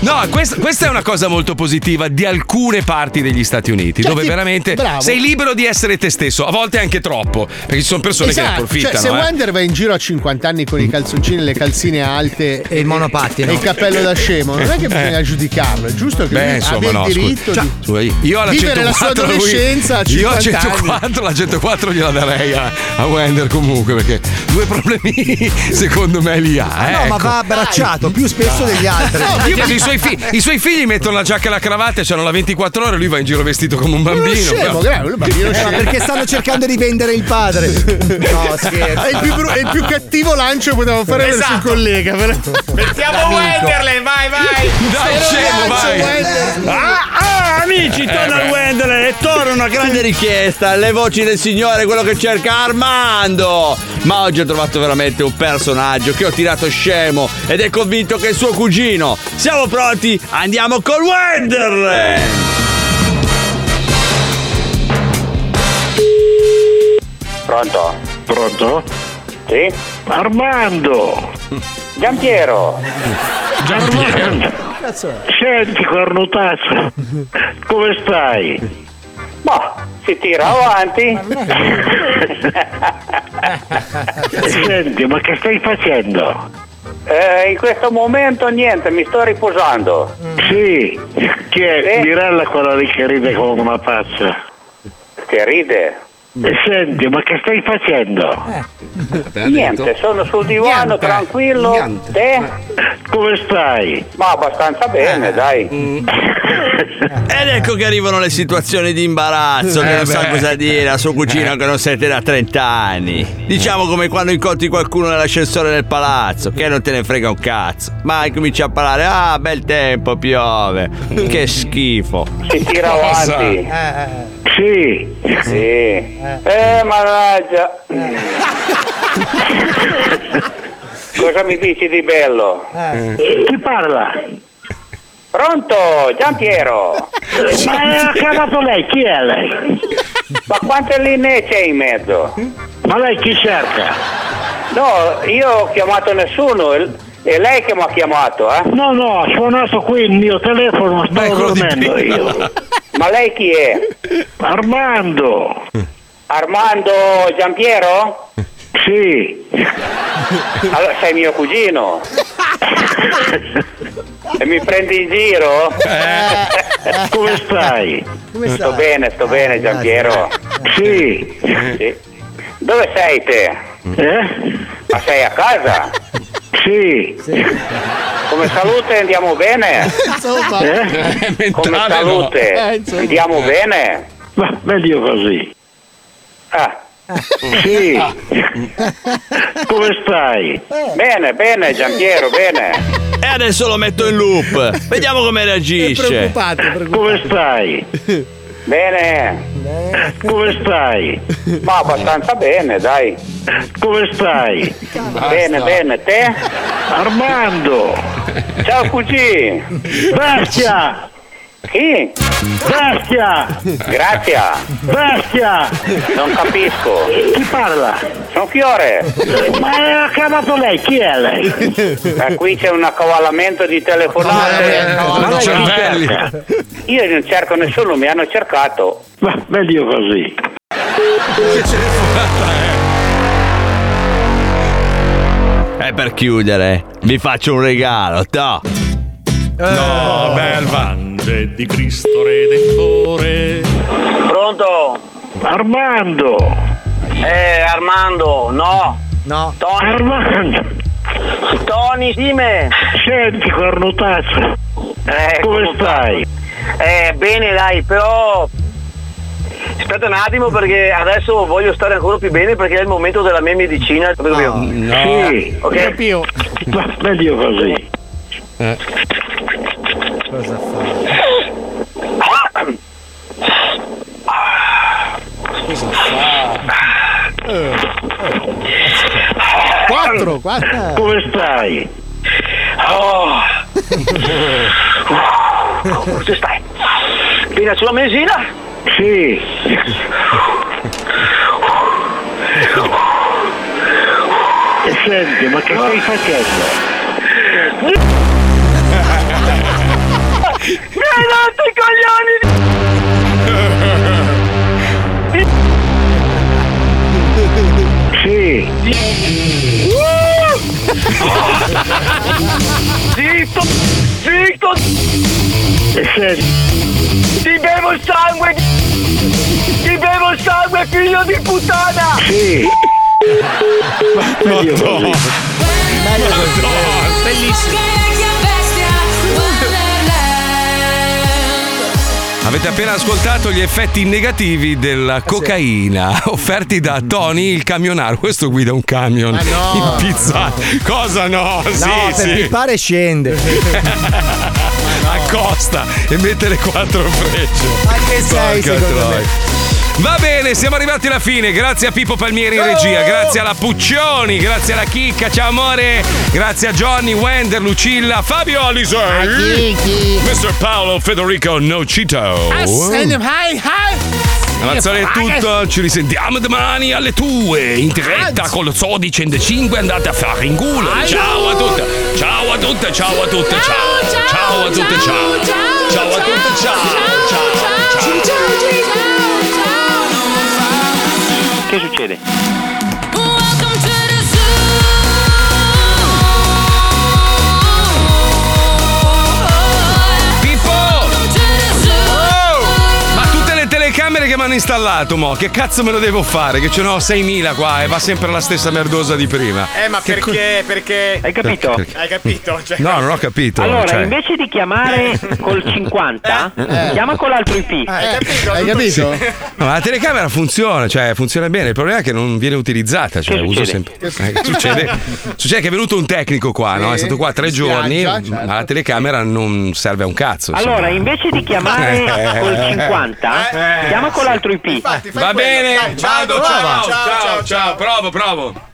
No, questa, questa è una cosa molto positiva di alcune parti degli Stati Uniti,
Cioè,
dove
chi-
veramente
bravo.
sei libero di essere te stesso, a volte anche troppo, perché ci sono persone che ne
Esatto,
approfittano.
cioè,
eh.
se
Wender va in giro a 50 anni con i calzoncini, le calzine alte e il monopattino
e il cappello da scemo, non è che bisogna giudicarlo, è giusto che
Eh. Beh,
lui
insomma,
abbia il
no, scusa.
diritto
Cioè,
di
scusa, io alla
vivere
104
la sua
lui-
adolescenza a
io alla
50 anni.
104 la 104 gliela darei a, a Wender comunque perché due problemi secondo me li
Ah,
ha eh.
No, ma va abbracciato più spesso degli altri.
io perché i suoi, fi- i suoi figli mettono la giacca e la cravatta e c'hanno la 24 ore lui va in giro vestito come un bambino
scemo,
però.
Eh, ma perché stanno cercando di vendere il padre. No, scherzo. Esatto.
È il più, bru- è il più cattivo lancio che potevamo fare verso il collega. però-
Mettiamo
Amico.
Wenderle, vai, vai.
Dai, scemo, vai.
Ah, ah,
Amici, torna il Wendler e torna una grande richiesta, le voci del Signore, quello che cerca Armando! Ma oggi ho trovato veramente un personaggio che ho tirato scemo ed è convinto che è suo cugino. Siamo pronti? Andiamo col Wendler!
Pronto? Pronto? Sì? Armando! Giampiero! Giampiero!
Cazzo è?
Senti cornutazzo, come stai? Boh, si tira avanti. Senti, ma che stai facendo? Eh, in questo momento niente, mi sto riposando. Sì, chi è? Mirella quella lì che ride come una pazza. Che ride? Senti, ma che stai facendo? Niente, sono sul divano tranquillo. Te? Eh, Come stai? Ma abbastanza bene, dai.
Ed ecco che arrivano le situazioni di imbarazzo, che
Eh
non sa
beh.
cosa dire a suo
Eh.
cugino che non sente da 30 anni. Diciamo come quando incontri qualcuno nell'ascensore del palazzo, che non te ne frega un cazzo. Ma cominci a parlare, ah bel tempo, piove, che schifo.
Si tira
Eh,
avanti.
Eh,
Sì. Sì. Eh, mannaggia. Cosa mi dici di bello? Eh. Chi parla? Pronto, Giampiero! Ma ha chiamato lei, chi è lei? Ma quante linee c'è in mezzo? Ma lei chi cerca? No, io ho chiamato nessuno, è lei che mi ha chiamato, eh? No, no, ho suonato qui il mio telefono, stavo dormendo io. Ma lei chi è? Armando. Armando Giampiero? Sì. Allora sei mio cugino. E mi prendi in giro? Eh. Come stai?
Come
sto
stai? Ah,
bene, sto bene Giampiero. Sì. Dove sei te? Ma sei a casa? Eh? Sì. Come salute andiamo bene?
Insomma.
Eh? Come
mentale no.
salute?
Eh, insomma.
Andiamo
Eh.
bene? Ma meglio così. Ah. Sì. Come stai? Bene, bene, Giampiero, bene.
E adesso lo metto in loop, vediamo come reagisce.
Eh, Come stai? Bene. Come stai? Ma abbastanza bene, dai. Come stai? Bene, bene, te? Armando. Ciao cugino. Bestia. Chi? Bestia. Grazie. Bestia. Non capisco. Chi parla? Sono Fiore. Ma ha chiamato lei, chi è lei? Eh, qui c'è un accavallamento di telefonate. Ma lei chi cerca? Io non cerco nessuno, mi hanno cercato. Ma meglio così.
E Eh, per chiudere, vi faccio un regalo, to. No,
bel
Vande di Cristo.
Pronto? Armando. Eh, Armando, no. No. Tony. Armando. Tony, dime. Senti, cornutazzo. Eh, Come stai? Eh, bene, dai, però... Aspetta un attimo perché adesso voglio stare ancora più bene perché è il momento della mia medicina. No,
no.
Sì, ok. Capito. Meglio così. Cosa fa?
cosa fa? Eh, Quattro, quattro.
Eh, Come stai? Oh. Come stai? Vieni sulla mesina? Sì. E senti, ma
Ah.
che stai facendo? Mi hai dato i coglioni! Sì! Zitto! Zitto! E senti! Ti bevo il sangue! Ti bevo il sangue, figlio di puttana! Sì!
Bellissimo.
Avete appena ascoltato gli effetti negativi della cocaina offerti da Tony il camionaro. Questo guida un
Ah,
camion
Ah,
no,
impizzato. Cosa no? sì,
no, per
sì.
pippare scende.
Accosta e mette le quattro frecce. Ma
che sei, secondo
Va bene, siamo arrivati alla fine. Grazie a Pippo Palmieri in regia, grazie alla Puccioni, grazie alla Chicca, ciao amore. Grazie a Johnny, Wender, Lucilla, Fabio Alisei. Mr. Paolo Federico Nocito.
Hi, hi.
Ragazzi, è Oh. tutto, ci risentiamo domani alle tue in diretta con lo Zoo di 105 andate a fare in culo. Ciao a tutti. Ciao a tutti, ciao a tutti, ciao. Ciao a tutti, ciao. Ciao a tutti, ciao. Ciao.
Che succede?
Pippo! Oh! Ma tutte le telecamere che mi hanno installato, mo, che cazzo me lo devo fare? Che ce n'ho 6.000 qua e va sempre la stessa merdosa di prima.
Eh, ma
Che co-
perché? Perché.
Hai capito?
Hai capito? Cioè,
No, non ho capito.
Allora,
cioè.
Invece di chiamare col 50,
Eh.
chiama con l'altro IP.
Ah,
Hai capito?
Sì. No, ma la telecamera funziona, cioè funziona bene. Il problema è che non viene utilizzata. Cioè, uso sempre.
Che
Eh, che succede? Succede che è venuto un tecnico qua, no? È stato qua tre
Sì,
giorni,
ah, già,
certo.
ma la telecamera non serve a un cazzo. insomma.
Allora, invece di chiamare
Eh.
col 50, chiama con l'altro IP.
Va bene,
dai, ciao,
vado,
prova.
ciao, ciao, ciao, provo, provo.